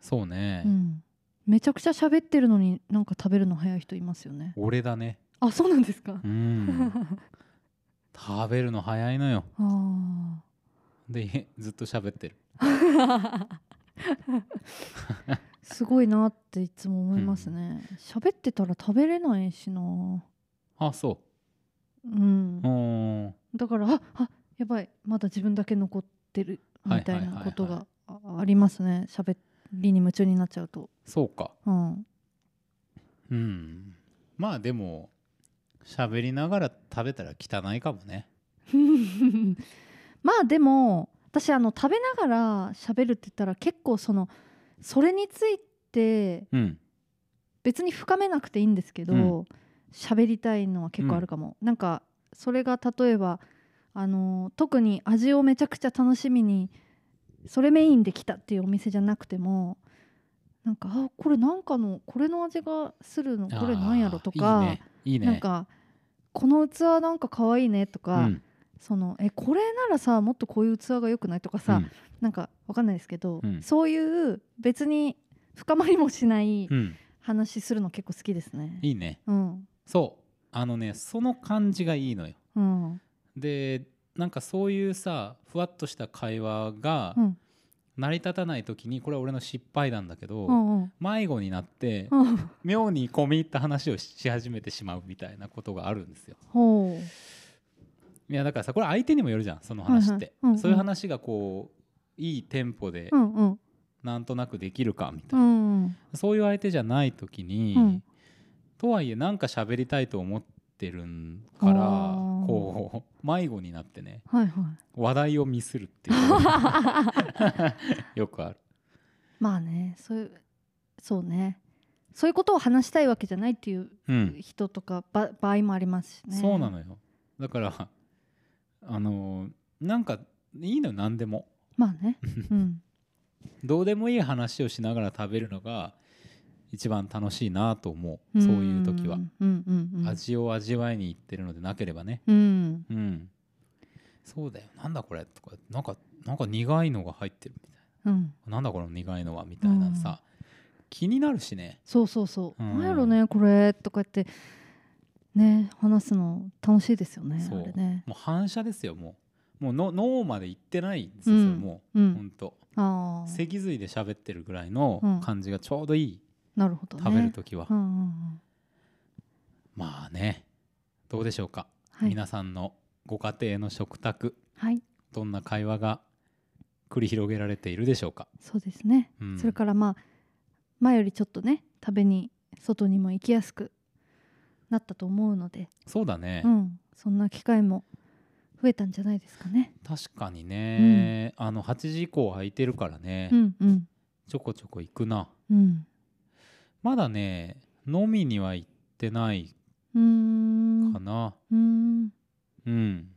S1: そうね、
S2: うん、めちゃくちゃ喋ってるのになんか食べるの早い人いますよね
S1: 俺だね
S2: あそうなんですか
S1: うん 食べるの早いのよ
S2: あ
S1: でずっと喋ってる
S2: あすごいなっていつも思いますね喋、ってたら食べれないしな
S1: あそ
S2: うん
S1: ううーん
S2: だからああやばいまだ自分だけ残ってるみたい
S1: はいはいはいは
S2: ないことがあありますね喋りに夢中になっちゃうと、
S1: そうか
S2: うん、
S1: うんまあでも喋りながら食べたら汚いかもね
S2: まあでも私あの食べながら喋るって言ったら結構そのそれについて
S1: うん
S2: 別に深めなくていいんですけ
S1: うん
S2: ど喋、りたいのは結構あるかも、なんかそれが例えばあの特に味をめちゃくちゃ楽しみにそれメインで来たっていうお店じゃなくてもなんかあこれなんかのこれの味がするのこれなんやろと
S1: あ
S2: か
S1: ーいいねいいね
S2: なんかこの器なんか可愛いねと
S1: う
S2: か、
S1: ん
S2: そのえこれならさもっとこういう器が良くないとかさ、
S1: うん
S2: なんかわかんないですけど、
S1: うん
S2: そういう別に深まりもしない
S1: うん
S2: 話するの結構好きですね。
S1: いいね
S2: うん
S1: そうあのねその感じがいいのよ
S2: うん
S1: でなんかそういうさふわっとした会話が
S2: うん
S1: 成り立たない時にこれは俺の失敗なんだけど、
S2: うんうん
S1: 迷子になって、
S2: うん
S1: 妙に込み入った話をし始めてしまうみたいなことがあるんですよ。
S2: ほ
S1: いやだからさこれ相手にもよるじゃんその話って、
S2: はいはいうんうん
S1: そういう話がこういいテンポで
S2: ううんうん
S1: なんとなくできるかみた
S2: う
S1: いな、
S2: ん
S1: そういう相手じゃない時に、
S2: うん
S1: とはいえなんか喋りたいと思ってるから
S2: あー
S1: こう迷子になってね
S2: はいは
S1: 話題をミスるって いうことが
S2: い
S1: よくある。
S2: まあねそういうそうねそういうことを話したいわけじゃないっていう
S1: うん
S2: 人とかば場合もありますしね。
S1: そうなのよだからあのなんかいいのよ何でも
S2: まあ ねうん
S1: どうでもいい話をしながら食べるのが一番楽しいなと思う
S2: うん
S1: そういう時は
S2: うんうんうん
S1: 味を味わいに行ってるのでなければね
S2: うん
S1: うんそうだよなんだこれとかなんかなんか苦いのが入ってるみたい
S2: うん
S1: ななんだこの苦いのはみたいなさ、気になるしね
S2: そうそうそう、
S1: う
S2: なんん、やろねこれとか言ってね話すの楽しいですよねあ
S1: そう
S2: れね
S1: もう反射ですよもうもうの脳まで行ってないんですよ、それも
S2: う
S1: うほ
S2: ん
S1: んと
S2: ああ
S1: 脊髄で喋ってるぐらいの感じがちょうどいい、
S2: なるほどね
S1: 食べる時は、
S2: うんうんうん
S1: まあねどうでしょうか、
S2: はい
S1: 皆さんのご家庭の食卓
S2: はい
S1: どんな会話が繰り広げられているでしょうか、
S2: そうですね
S1: うん
S2: それからまあ前よりちょっとね食べに外にも行きやすくなったと思うので、
S1: そうだね、
S2: うん、そんな機会も増えたんじゃないですかね。
S1: 確かにね、あの8時以降空いてるからね、
S2: うんうん
S1: ちょこちょこ行くな
S2: うん。
S1: まだね飲みには行ってないう
S2: ーん。
S1: かな
S2: うーん。
S1: うん、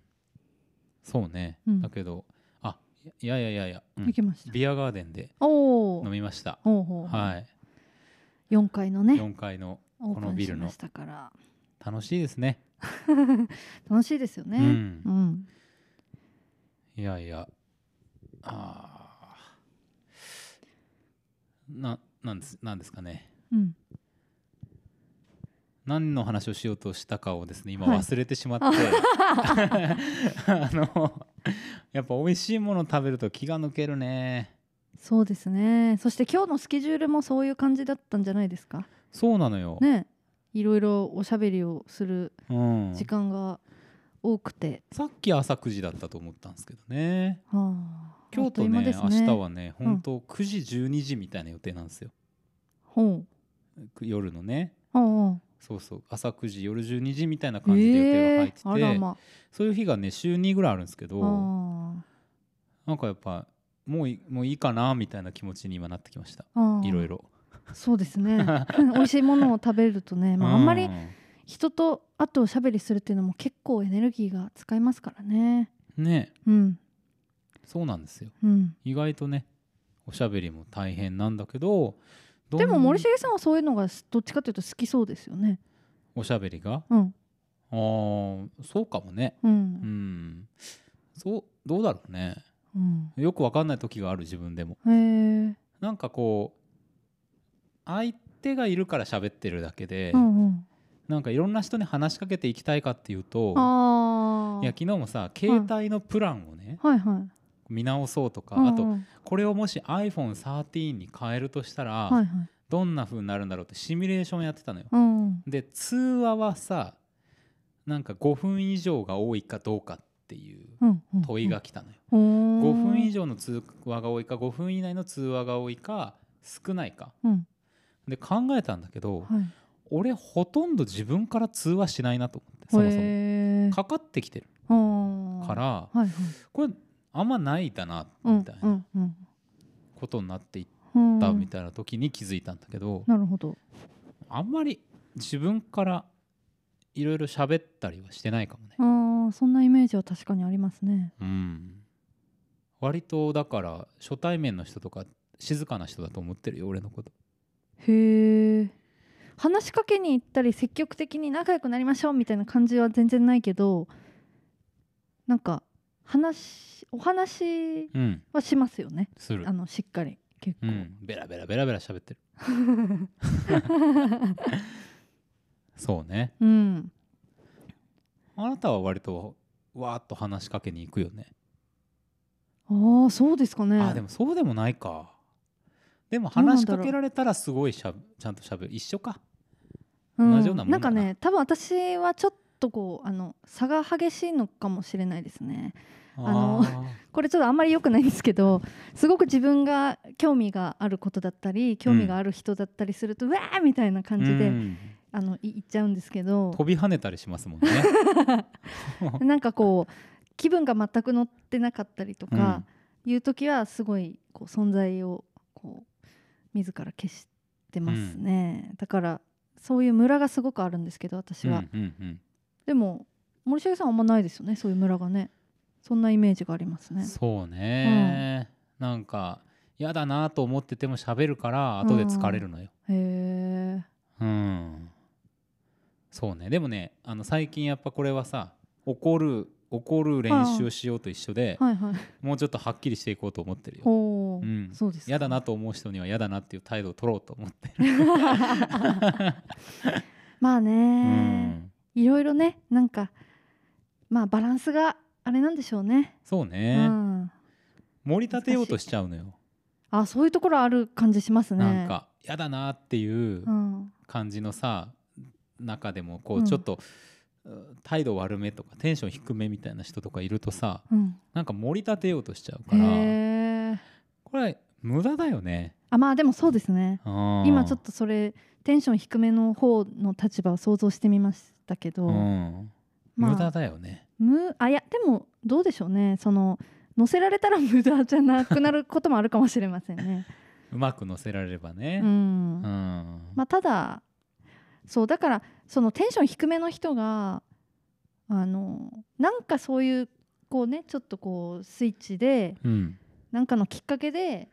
S1: そうね、
S2: うん
S1: だけどあいやいやいやいや、うん
S2: 行きました。
S1: ビアガーデンで
S2: おお
S1: 飲。みました
S2: おお。
S1: はい
S2: い。4階のね。
S1: 4階の
S2: オ
S1: こ
S2: ー
S1: の
S2: プン
S1: ビ
S2: し
S1: ルの
S2: ましたから。
S1: 楽しいですね
S2: 楽しいですよね。
S1: う
S2: うんん。
S1: いやいやあーななんですなんですかね
S2: うん。
S1: 何の話をしようとしたかをですね今
S2: はい
S1: 忘れてしまって、 あのやっぱ美味しいもの食べると気が抜けるね
S2: そうですね。そして今日のスケジュールもそういう感じだったんじゃないですか。
S1: そうなのよ、
S2: ね。いろいろおしゃべりをする
S1: うん、
S2: 時間が多くて、
S1: さっき朝9時だったと思ったんですけどね
S2: はあ、
S1: 今日と
S2: あっ
S1: ね
S2: いう間です
S1: 明日はね
S2: ん
S1: 本当9時12時みたいな予定なんですよ
S2: ほう
S1: 夜のね
S2: あ
S1: そうそう朝9時夜12時みたいな
S2: あ
S1: 感じで予定が入
S2: え
S1: っ
S2: え
S1: てて、
S2: あらま
S1: そういう日がね週2ぐらいあるんですけ
S2: あ
S1: ど
S2: ー
S1: なんかやっぱもういもういいかなみたいな気持ちに今なってきました
S2: あー
S1: いろいろ。
S2: そうですね 美味しいものを食べるとね、まあ、あんま
S1: う
S2: り人とあとおしゃべりするっていうのも結構エネルギーが使いますからね
S1: ね
S2: うん
S1: そうなんですよ
S2: うん
S1: 意外とねおしゃべりも大変なんだけどどん
S2: でも森重さんはそういうのがどっちかというと好きそうですよね
S1: おしゃべりが
S2: うん
S1: あーそうかもね
S2: う
S1: うんんそうどうだろうね
S2: うん
S1: よくわかんない時がある自分でも
S2: へえ
S1: なんかこう相手がいるから喋ってるだけで、
S2: うんうん
S1: なんかいろんな人に話しかけていきたいかっていうと
S2: あ
S1: いや
S2: あ
S1: 昨日もさ携帯のプランをね、
S2: はいはい
S1: 見直そうとか、
S2: うんうん
S1: あとこれをもし iPhone13 に変えるとしたら、
S2: はいはい
S1: どんな風になるんだろうってシミュレーションやってたのよ。
S2: うんうん
S1: で通話はさなんか5分以上が多いかどうかっていう
S2: うんうん
S1: 問いが来たのよ。
S2: 5
S1: 5分以
S2: 上
S1: 上の通話が多いか5分以内の通話が多いか少ないか。
S2: うん
S1: で考えたんだけど、
S2: はい
S1: 俺ほとんど自分から通話しないなと思ってそもそも。
S2: へー
S1: かかってきてる
S2: あー
S1: から、
S2: はいはい
S1: これあんまないだな
S2: うん
S1: みたいな
S2: うん
S1: ことになっていっ
S2: うんうん
S1: たみたいな時に気づいたんだけど、
S2: なるほど
S1: あんまり自分からいろいろ喋ったりはしてないかもね。
S2: ああそんなイメージは確かにありますね
S1: うん、割とだから初対面の人とか静かな人だと思ってるよ俺のこと。
S2: へえ話しかけに行ったり積極的に仲良くなりましょうみたいな感じは全然ないけどなんか話お話
S1: うん、
S2: はしますよね
S1: する
S2: あ。のしっかり結
S1: う
S2: 構、
S1: ん、ベラベラベラベラ喋って る。そうね。
S2: うん
S1: あなたは割とわーっと話しかけに行くよね。
S2: ああそうですかね
S1: あでもそうでもないかでも
S2: どうなん
S1: 話し
S2: だろ
S1: か
S2: う
S1: けられたらすごいしゃちゃんとしゃべる一緒か
S2: うん
S1: 同じようなもんだ
S2: んかね多分私はちょっとこうあの差が激しいのかもしれないですねあの
S1: ー
S2: これちょっとあんまり良くないんですけどすごく自分が興味があることだったり興味がある人だったりすると、うわーみたいな感じで、
S1: うん
S2: あのい言っちゃうんですけど
S1: 飛び跳ねたりしますも んね
S2: なんかこう気分が全く乗ってなかったりとか、いう時はすごいこう存在をこう自ら消してますね、だからそういうムラがすごくあるんですけど私
S1: うん
S2: は、
S1: うんうん
S2: でも森重さんはあんまないですよねそういうムラがねそんなイメージがありますね。
S1: そうね、なんか嫌だなと思ってても喋るから後で疲れるのよ
S2: へえ。
S1: うん、そうねでもねあの最近やっぱこれはさ怒る怒る練習をしようと一緒で、
S2: はいはい。
S1: もうちょっとはっきりしていこうと思ってるよ
S2: おお、
S1: うん
S2: そうですか。
S1: 嫌だなと思う人には嫌だなっていう態度を取ろうと思ってる、
S2: まあね、
S1: うん、
S2: いろいろねなんかまあバランスがあれなんでしょうね。
S1: そう
S2: う
S1: ね、
S2: ん。
S1: 盛り立てようとしちゃうのよ
S2: あそういうところある感じしますね。
S1: なん。か嫌だなっていう
S2: うん。
S1: 感じのさ中でもこ
S2: う
S1: うんちょっと、うん態度悪めとかテンション低めみたいな人とかいるとさ
S2: うん。
S1: なんか盛り立てようとしちゃうから
S2: へえ。
S1: これ無駄だよね
S2: あまあでもそうですね。今
S1: 今
S2: ちょっとそれテンション低めの方の立場を想像してみましたけど、
S1: うん
S2: まあ
S1: 無駄だよね
S2: むあいやでもどうでしょうねその乗せられたら無駄じゃなくなることもあるかもしれませ んね。
S1: うまく乗せられれば
S2: う
S1: ね、
S2: ん
S1: うん
S2: まあ、ただそうだからそのテンション低めの人があのなんかそういうこうねちょっとこうスイッチで
S1: うん
S2: なんかのきっかけで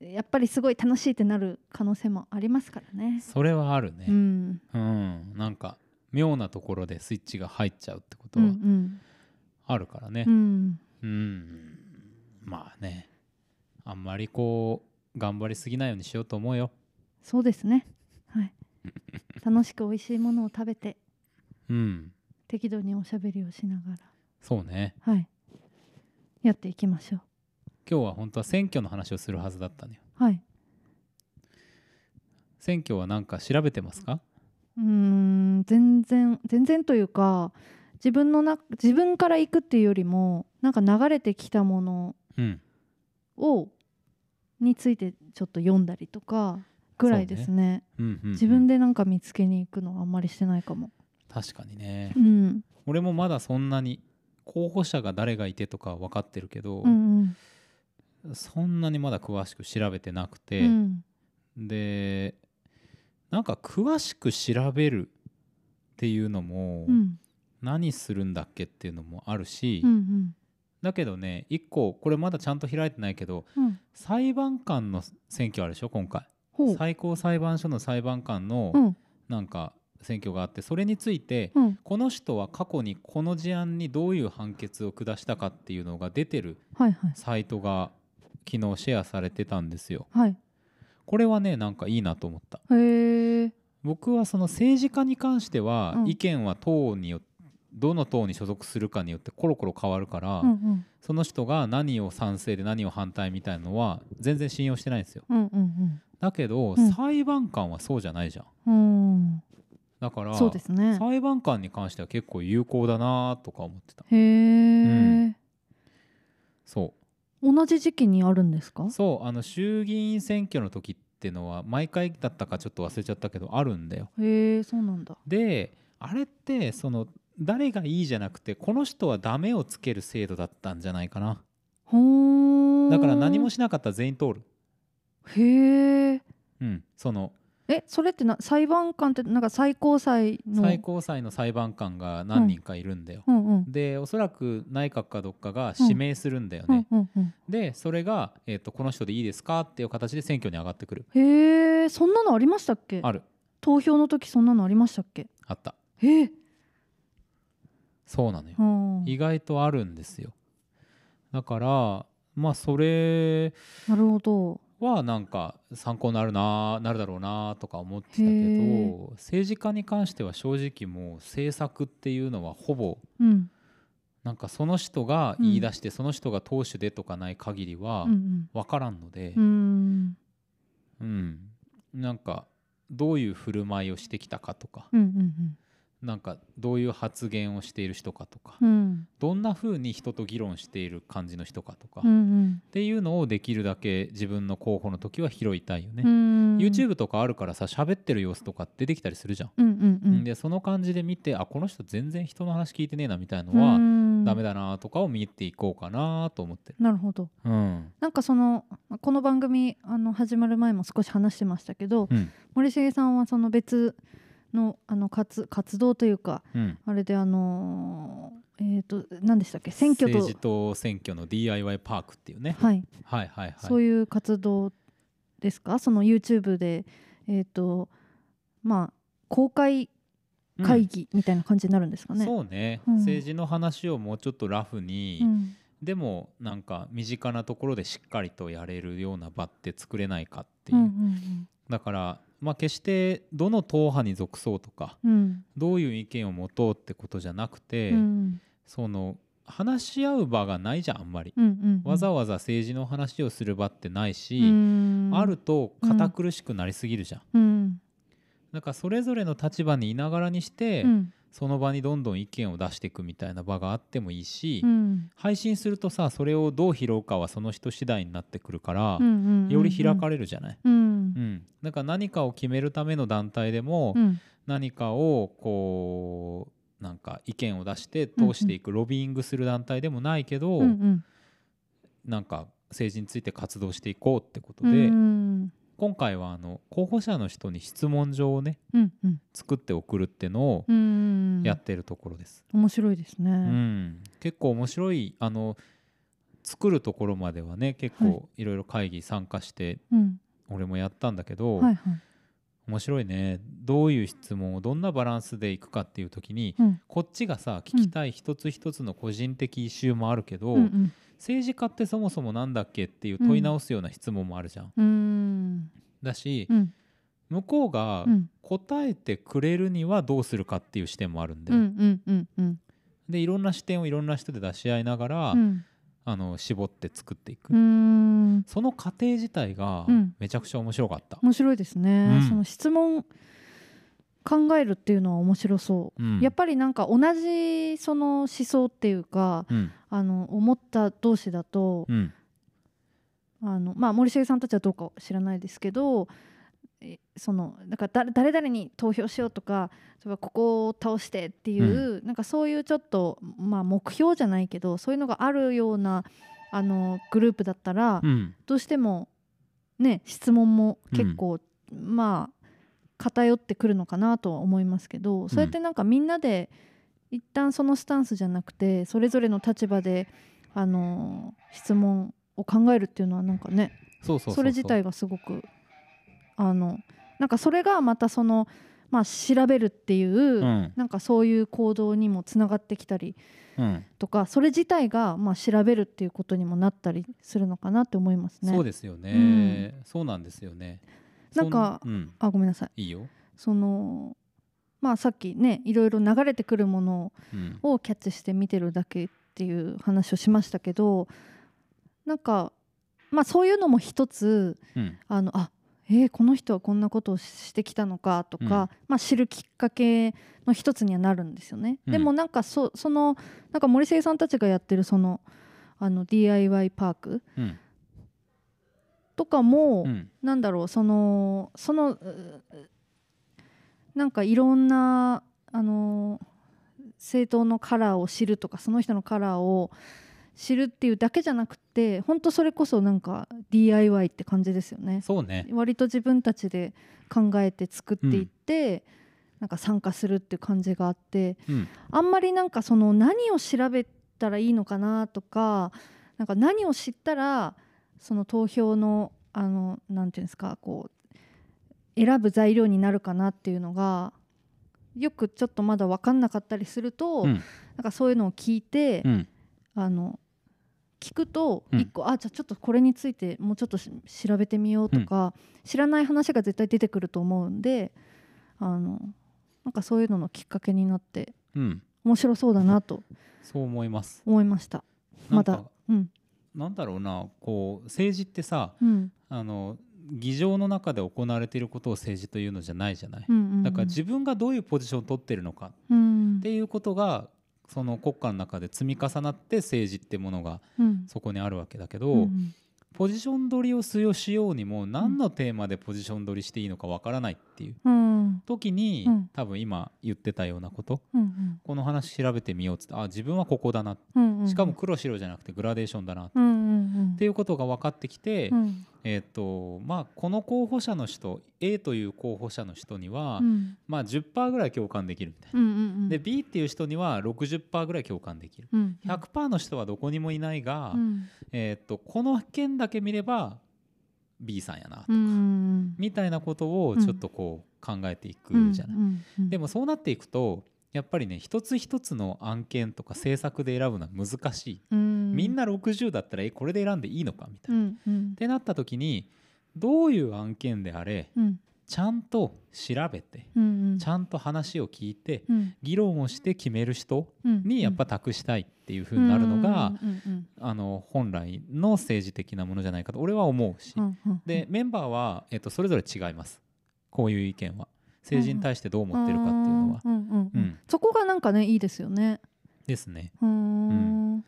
S2: やっぱりすごい楽しいってなる可能性もありますからね。
S1: それはある
S2: う
S1: ね、
S2: ん
S1: うんなんか妙なところでスイッチが入っちゃうってこと
S2: うん
S1: は
S2: うん
S1: あるからね
S2: う、ん
S1: うんまあねあんまりこう頑張りすぎないようにしようと思うよ
S2: そうですね、はい、楽しく美味しいものを食べて
S1: うん
S2: 適度におしゃべりをしなが
S1: そうね
S2: ら、はい、やっていきましょう。
S1: 今日は本当は選挙の話をするはずだったのよ
S2: はい、
S1: 選挙は何か調べてますか
S2: うーん全然全然というか自分のな自分から行くっていうよりもなんか流れてきたもの
S1: うん
S2: をについてちょっと読んだりとかぐらいですね
S1: うんうんうん
S2: 自分でなんか見つけに行くのはあんまりしてないかも、
S1: 確かにね
S2: うん、
S1: 俺もまだそんなに候補者が誰がいてとかは分かってるけど、
S2: うん
S1: そんなにまだ詳しく調べてなく
S2: う
S1: て、
S2: ん
S1: でなんか詳しく調べるっていうのも、
S2: うん
S1: 何するんだっけっていうのもあるし、
S2: うんうん
S1: だけどね一個これまだちゃんと開いてないけど
S2: うん
S1: 裁判官の選挙あるでしょ今回
S2: ほう
S1: 最高裁判所の裁判官
S2: う
S1: の
S2: ん
S1: なんか選挙があってそれについて
S2: うん
S1: この人は過去にこの事案にどういう判決を下したかっていうのが出てる
S2: はいはい
S1: サイトが昨日シェアされてたんですよ。
S2: はい
S1: これはねなんかいいなと思った。
S2: へえ
S1: 僕はその政治家に関しては
S2: うん
S1: 意見は党によってどの党に所属するかによってコロコロ変わるから、
S2: うんうん
S1: その人が何を賛成で何を反対みたいのは全然信用してないんですよ
S2: うんうん
S1: だけど、
S2: うん
S1: 裁判官はそうじゃないじゃん
S2: うん
S1: だか
S2: う
S1: ら
S2: んそうですね
S1: 裁判官に関しては結構有効だなとか思ってた
S2: へえ、
S1: うんそ
S2: 同じ時期にあるんですか
S1: うそうあの衆議院選挙の時ってのは毎回だったかちょっと忘れちゃったけどあるんだよ
S2: へえそうなんだ
S1: であれってその誰がいいじゃなくてこの人はダメをつける制度だったんじゃないかな
S2: ほー
S1: だから何もしなかったら全員通る
S2: へえ
S1: うんその
S2: えそれってな裁判官ってなんか最高裁の
S1: 最高裁の裁判官が何人かいるんだよ、
S2: うんうん
S1: でおそらく内閣かどっかが指名するんだよ
S2: う
S1: ね、
S2: んうんうん
S1: でそれが、えー、とこの人でいいですかっていう形で選挙に上がってくる
S2: へえそんなのありましたっけ
S1: ある
S2: 投票の時そんなのありましたっけ
S1: あった
S2: ええ
S1: そうなのよ、
S2: うん
S1: 意外とあるんですよだからまあそれ
S2: なるほど
S1: はなんか参考になるななるだろうなとか思ってたけ
S2: へ
S1: ど
S2: ー
S1: 政治家に関しては正直もう政策っていうのはほぼ
S2: うん
S1: なんかその人が言い出して、その人が党首でとかない限りは
S2: うん
S1: 分からんので、
S2: うんうん
S1: うん、なんかどういう振る舞いをしてきたかとか、
S2: うんうん
S1: なんかどういう発言をしている人かとか、
S2: うんうん
S1: どんな風に人と議論している感じの人かとか、
S2: う
S1: っ
S2: ん
S1: ていうのをできるだけ自分の候補の時は拾いたいよ
S2: う
S1: ね。
S2: ん
S1: YouTube とかあるからさ喋ってる様子とか出てきたりするじゃん。
S2: うんうんうん
S1: でその感じで見てあこの人全然人の話聞いてねえなみたいの
S2: う
S1: は、
S2: ん
S1: ダメだなとかを見ていこうかなと思ってる。
S2: なるほど
S1: うん
S2: なんかそのこの番組あの始まる前も少し話してましたけど、
S1: うん
S2: 森重さんはその別のあの活活動というか
S1: うん
S2: あれであのーえっ、と何でしたっけ選挙と
S1: 政治と選挙の DIY パークっていうね、
S2: はい、
S1: はい、はいはい
S2: そういう活動ですかその YouTube でえっ、とまあ公開
S1: うん
S2: 会議みたいな感じになるんですかね。
S1: そうね、
S2: うん
S1: 政治の話をもうちょっとラフに、
S2: うん
S1: でもなんか身近なところでしっかりとやれるような場って作れないかっていうう、
S2: んうん
S1: だから、まあ、決してどの党派に属そうとか
S2: うんうん
S1: どういう意見を持とうってことじゃなくて、
S2: うん
S1: その話し合う場がないじゃんあんまり、
S2: うんうん
S1: わざわざ政治の話をする場ってないし、
S2: うん
S1: あると堅苦しくなりすぎるじゃん、
S2: うん
S1: なんかそれぞれの立場にいながらにして、
S2: うん
S1: その場にどんどん意見を出していくみたいな場があってもいいし、
S2: うん
S1: 配信するとさそれをどう拾うかはその人次第になってくるから、
S2: うんうん
S1: より開かれるじゃない。
S2: うん
S1: うんなんか何かを決めるための団体でも、
S2: うん
S1: 何かをこうなんか意見を出して通していく、ロビーイングする団体でもないけど、
S2: うんうん
S1: なんか政治について活動していこうってこと
S2: う
S1: で、
S2: ん
S1: 今回はあの候補者の人に質問状をね
S2: うんうん
S1: 作って送るってのを
S2: うん
S1: やってるところです。
S2: 面白いです
S1: う
S2: ね。
S1: ん、結構面白いあの作るところまではね結
S2: はい
S1: 構いろいろ会議参加して
S2: うん
S1: 俺もやったんだけど、
S2: はいはい
S1: 面白いねどういう質問をどんなバランスでいくかっていう時に
S2: うん
S1: こっちがさ聞きたい一つ一つの個人的イシューもあるけど、
S2: うんうん
S1: 政治家ってそもそもなんだっけっていう問い直すような質問もあるじゃん。
S2: うん
S1: だし、
S2: うん
S1: 向こうが
S2: うん
S1: 答えてくれるにはどうするかっていう視点もあるんで、
S2: うんうんうんうん
S1: でいろんな視点をいろんな人で出し合いながら、
S2: うん
S1: あの絞って作っていく、
S2: うん
S1: その過程自体が
S2: うん
S1: めちゃくちゃ面白かった、
S2: 面白いですね、
S1: うん
S2: その質問考えるっていうのは面白そう、
S1: うん
S2: やっぱりなんか同じその思想っていうか
S1: うん
S2: あの思った同士だと、
S1: うん
S2: あのまあ、森重さんたちはどうか知らないですけどえそのなんかだ誰々に投票しようとか例えばここを倒してっていう、なんかそういうちょっと、まあ、目標じゃないけどそういうのがあるようなあのグループだったら、
S1: うん
S2: どうしてもね質問も結構、まあ偏ってくるのかなとは思いますけどそうやってなんかみんなで一旦そのスタンスじゃなくてそれぞれの立場であのー質問を考えるっていうのはなんかね
S1: そうそううう
S2: それ自体がすごくあのなんかそれがまたそのまあ調べるっていう、
S1: うん
S2: なんかそういう行動にもつながってきたり
S1: うん
S2: とかそれ自体がまあ調べるっていうことにもなったりするのかなって思いますね。
S1: そうですよね、
S2: う
S1: そうなんですよね
S2: なんか
S1: そうん
S2: あごめんなさい
S1: いいよ、
S2: そのまあさっきねいろいろ流れてくるもの
S1: うん
S2: をキャッチして見てるだけっていう話をしましたけどなんかまあそういうのも一つ
S1: うん
S2: あのあえーこの人はこんなことをしてきたのかとか、
S1: うん
S2: まあ、知るきっかけの一つにはなるんですよね。
S1: うん
S2: でもなんかそそのなんか森生さんたちがやってるそのあの DIY パーク
S1: うん
S2: とかも、
S1: うん
S2: なんだろうそのそのううなんかいろんなあの政党のカラーを知るとかその人のカラーを知るっていうだけじゃなくて本当それこそなんか DIY って感じですよね。
S1: そうね
S2: 割と自分たちで考えて作っていって、なんか参加するっていう感じがあって
S1: うん
S2: あんまりなんかその何を調べたらいいのかなとかなんか何を知ったらその投票のあのなんていうんですかこう選ぶ材料になるかなっていうのがよくちょっとまだ分かんなかったりすると、
S1: うん
S2: なんかそういうのを聞いて、
S1: うん
S2: あの聞くと
S1: うん
S2: 一個、あじゃあちょっとこれについてもうちょっとし調べてみようとか、知らない話が絶対出てくると思うんであのなんかそういうののきっかけになって
S1: うん
S2: 面白そうだなと
S1: そう思います
S2: 思いました
S1: な
S2: ま
S1: んか
S2: だうん
S1: なんだろうなこう政治ってさ
S2: うん
S1: あの議場の中で行われていることを政治というのじゃないじゃない、
S2: うんうんうん
S1: だから自分がどういうポジションを取ってるのか
S2: うん
S1: っていうことがその国家の中で積み重なって政治ってものが
S2: うん
S1: そこにあるわけだけ
S2: う
S1: ど、
S2: ん
S1: ポジション取りをしようしようにも何のテーマでポジション取りしていいのかわからないっていう
S2: うん
S1: 時に、
S2: うん
S1: 多分今言ってたようなこと
S2: うん
S1: この話調べてみようっつってあ自分はここだな
S2: うんうん
S1: しかも黒白じゃなくてグラデーションだなっ
S2: うんうんうん
S1: ていうことが分かってきて、
S2: うん
S1: えーっとまあ、この候補者の人 A という候補者の人には、
S2: うん
S1: まあ、10%ぐらい共感できるみたいな、
S2: うんうん
S1: で B っていう人には60%ぐらい共感できる
S2: うん
S1: 100%の人はどこにもいないが、
S2: うん
S1: えーっとこの件だけ見れば B さんやなとか、
S2: うん
S1: みたいなことをちょっとこう考えていくじゃない。
S2: うんうん
S1: でもそうなっていくとやっぱりね一つ一つの案件とか政策で選ぶのは難しい、
S2: うん
S1: みんな60だったらえこれで選んでいいのかみたいうな。っ
S2: んうん
S1: てなった時にどういう案件であれ
S2: うん
S1: ちゃんと調べて
S2: うんうん
S1: ちゃんと話を聞いて
S2: うん
S1: 議論をして決める人
S2: うん
S1: にやっぱ託したいっていう風になるのが、
S2: うんうん
S1: あの本来の政治的なものじゃないかと俺は思うし、
S2: うんうん
S1: でメンバーは、えっと、それぞれ違いますこういう意見は政治に対してどう思ってるかっていうのは。
S2: うんうんう
S1: うんん、
S2: そこがなんかねいいですよね
S1: ですね。
S2: うーん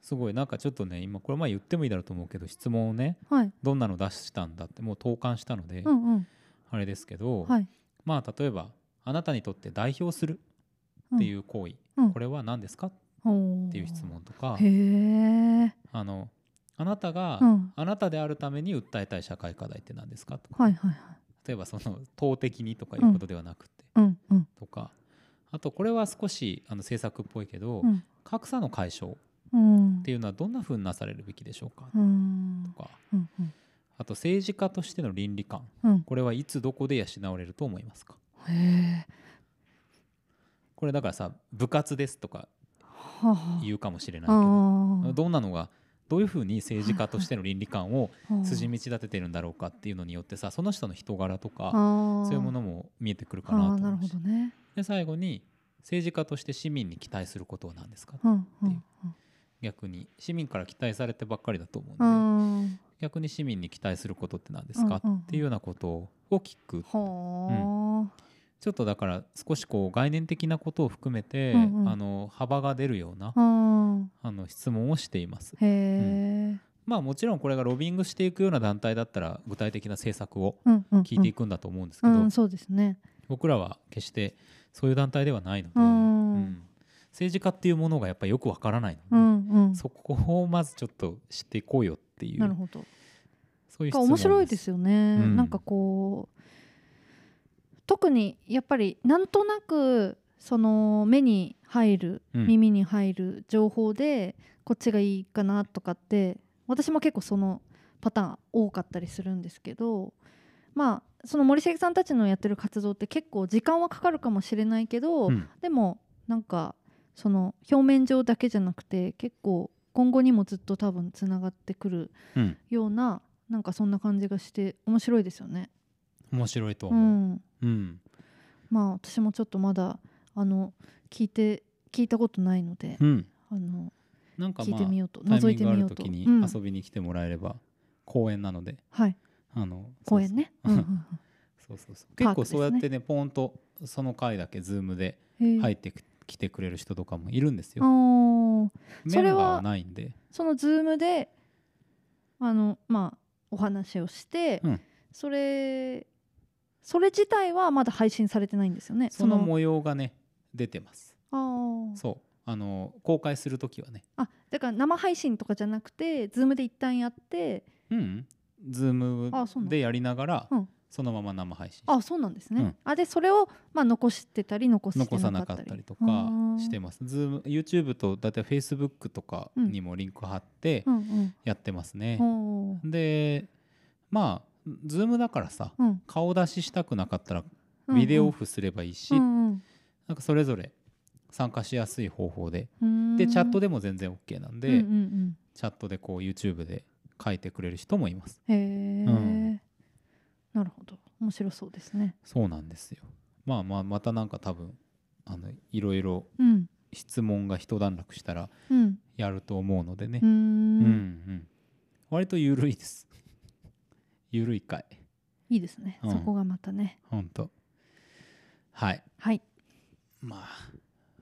S1: すごいなんかちょっとね今これ前言ってもいいだろうと思うけど質問をね
S2: はい
S1: どんなの出したんだってもう投函したので、
S2: うんうん
S1: あれですけど、
S2: はい
S1: まあ例えばあなたにとって代表するっていう行為、
S2: うん
S1: これは何ですかっ
S2: って
S1: いう質問とか、
S2: へえ
S1: あのあなたが、
S2: うん
S1: あなたであるために訴えたい社会課題って何ですかとか、
S2: はいはいはい
S1: 例えばその党的にとかいうことではなくて、
S2: うんうん
S1: とかあとこれは少しあの政策っぽいけど、
S2: うん
S1: 格差の解消
S2: うん
S1: っていうのはどんなふうになされるべきでしょうか、
S2: うん
S1: とか
S2: うんうん
S1: あと政治家としての倫理観
S2: うん
S1: これはいつどこで養われると思いますか
S2: へえ
S1: これだからさ部活ですとか
S2: はは
S1: 言うかもしれないけど
S2: あ
S1: どんなのがどういうふうに政治家としての倫理観を
S2: あ
S1: 筋道立ててるんだろうかっていうのによってさその人の人柄とか
S2: そ
S1: そういうものも見えてくるか
S2: あ
S1: なと
S2: あな
S1: 思
S2: る
S1: う
S2: ほ
S1: し
S2: どね
S1: で最後に政治家として市民に期待することは何ですか
S2: うんう
S1: ってい
S2: ん
S1: う逆に市民から期待されてばっかりだと思
S2: う
S1: うんで
S2: ん
S1: 逆に市民に期待することって何ですか
S2: うんうんうん
S1: っていうようなことを聞く
S2: は
S1: ちょっとだから少しこう概念的なことを含めて、
S2: うんうん
S1: あの幅が出るような
S2: あうん
S1: あの質問をしています。
S2: へえ
S1: まあもちろんこれがロビングしていくような団体だったら具体的な政策を
S2: うんうんうん
S1: 聞いていくんだと思うんですけ
S2: う
S1: ど、
S2: んそうですね
S1: 僕らは決してそういう団体ではないので、
S2: うん
S1: 政治家っていうものがやっぱりよくわからないので、
S2: うんうん
S1: そこをまずちょっと知っていこうよってい
S2: なる
S1: う
S2: ほど
S1: そういう質
S2: が
S1: 問
S2: 面白いですよね、
S1: うん
S2: なんかこう特にやっぱりなんとなくその目に入る、
S1: うん
S2: 耳に入る情報でこっちがいいかなとかって私も結構そのパターン多かったりするんですけどまあその森重さんたちのやってる活動って結構時間はかかるかもしれないけど、
S1: うん
S2: でもなんかその表面上だけじゃなくて結構今後にもずっと多分つながってくる
S1: うん
S2: ようななんかそんな感じがして面白いですよね。
S1: 面白いと
S2: う
S1: 思う。
S2: ん、
S1: うん
S2: まあ私もちょっとまだあの聞いて聞いたことないので、
S1: うん
S2: あの
S1: なんか
S2: 聞い
S1: まあ
S2: てみようと、
S1: タイ
S2: 覗
S1: ミ
S2: い
S1: ン
S2: て
S1: グがあ
S2: みよ
S1: る
S2: うと。
S1: 時に
S2: うん、
S1: 遊びに来てもらえれば、公園なので
S2: はい
S1: あの
S2: 公園ね。
S1: そううん そう
S2: うん
S1: そうそうそう
S2: パ
S1: 結
S2: ーク
S1: 構
S2: ですね
S1: そうやってねポーンとその回だけズームで
S2: うんへえ
S1: 入ってきてくれる人とかもいるんです
S2: あ
S1: よ。
S2: ーそ
S1: メン
S2: れ
S1: バー
S2: は
S1: はないんで
S2: そのズームであのまあお話をして、
S1: うん
S2: それそれ自体はまだ配信されてないんですよね。
S1: その模様がね出てます。
S2: あー
S1: そうあの公開する時はね
S2: あだから生配信とかじゃなくてズームで一旦やって
S1: うんズー
S2: あそうな
S1: ム
S2: の
S1: でやりながら
S2: うん
S1: そのまま生配信
S2: あそうなんですね。
S1: うん
S2: あでそれを、まあ、残してたり残して
S1: 残さな
S2: な
S1: か
S2: か
S1: っ
S2: ったたり
S1: りとかして
S2: も、
S1: ます。ズーム YouTube とだいたい Facebook とかにもリンク貼って
S2: うんうん
S1: やってますね。
S2: ほ
S1: でまあズームだからさ
S2: ううん
S1: 顔出ししたくなかったら
S2: うん、
S1: ビデオオフすればいいし、
S2: うんうん
S1: なんかそれぞれ参加しやすい方法で、
S2: うん
S1: でチャット
S2: で、
S1: でも全然 OK なんで、
S2: うんうん
S1: チャットでこう YouTube で書いてくれる人もいます
S2: うん、へえ、
S1: うん
S2: なるほど面白そうですね。
S1: そうなんですよまあまあまたなんか多分あのいろいろ
S2: うん
S1: 質問が一段落したら
S2: うん
S1: やると思うのでね
S2: うー、
S1: うん
S2: ん
S1: うん割と緩いです 緩い回
S2: いいですね、
S1: うん
S2: そこがまたね
S1: ほんとはい
S2: はい
S1: まあ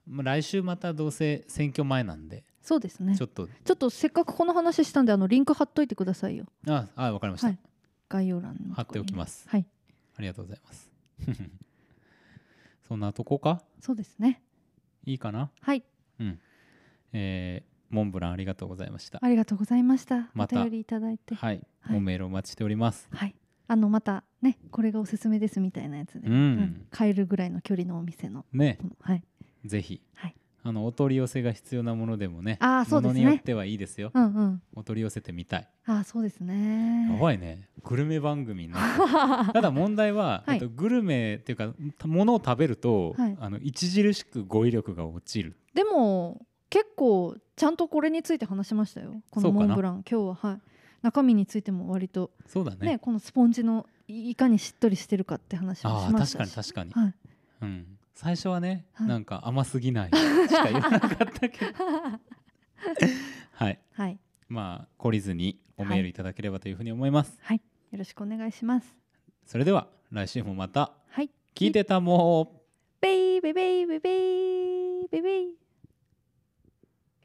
S1: まあ来週またどうせ選挙前なんで
S2: そうですね
S1: ち
S2: ち
S1: ょ
S2: ょ
S1: っと
S2: っとせっかくこの話したんであのリンク貼っといてくださいよ
S1: ああわかりました、
S2: はい概要欄のとこに
S1: 貼っておきます
S2: はい
S1: ありがとうございます そんなとこか
S2: そうですね
S1: いいかな
S2: はい
S1: うんえーモンブランありがとうございました
S2: ありがとうございました
S1: また
S2: お便りいただいてはい、
S1: はい、
S2: はい
S1: おメールお待ちしております
S2: あのまたねこれがおすすめですみたいなやつで、
S1: うん
S2: 買えるぐらいの距離のお店の
S1: ね
S2: ものはい
S1: ぜひ、
S2: はい
S1: あのお取り寄せが必要なものでもね
S2: あーそうですね
S1: ものによってはいいですよ、
S2: うんうん
S1: お取り寄せてみたい
S2: あーそうですね
S1: やばいねグルメ番組にな ってるただ問題は、
S2: はい
S1: えっとグルメっていうかものを食べると、
S2: はい
S1: あの著しく語彙力が落ちる
S2: でも結構ちゃんとこれについて話しましたよこ
S1: そ
S2: の
S1: うか
S2: モ
S1: な
S2: ンブラン今日ははい中身についても割と
S1: そうだ
S2: ね
S1: ね
S2: このスポンジのいいかにしっとりしてるかって話を
S1: あ
S2: し
S1: あ
S2: まし
S1: 確か
S2: た
S1: に確
S2: し
S1: かに、
S2: はい
S1: うん、最初はね、
S2: はい
S1: なんか甘すぎないしか言わなかったけ どはい
S2: はい
S1: まあ懲りずにおメールいただければというふうに思います、
S2: はいよろしくお願いします
S1: それでは来週もまた
S2: はい
S1: 聞いてたもー
S2: ベイベイベイベイベイベイベイ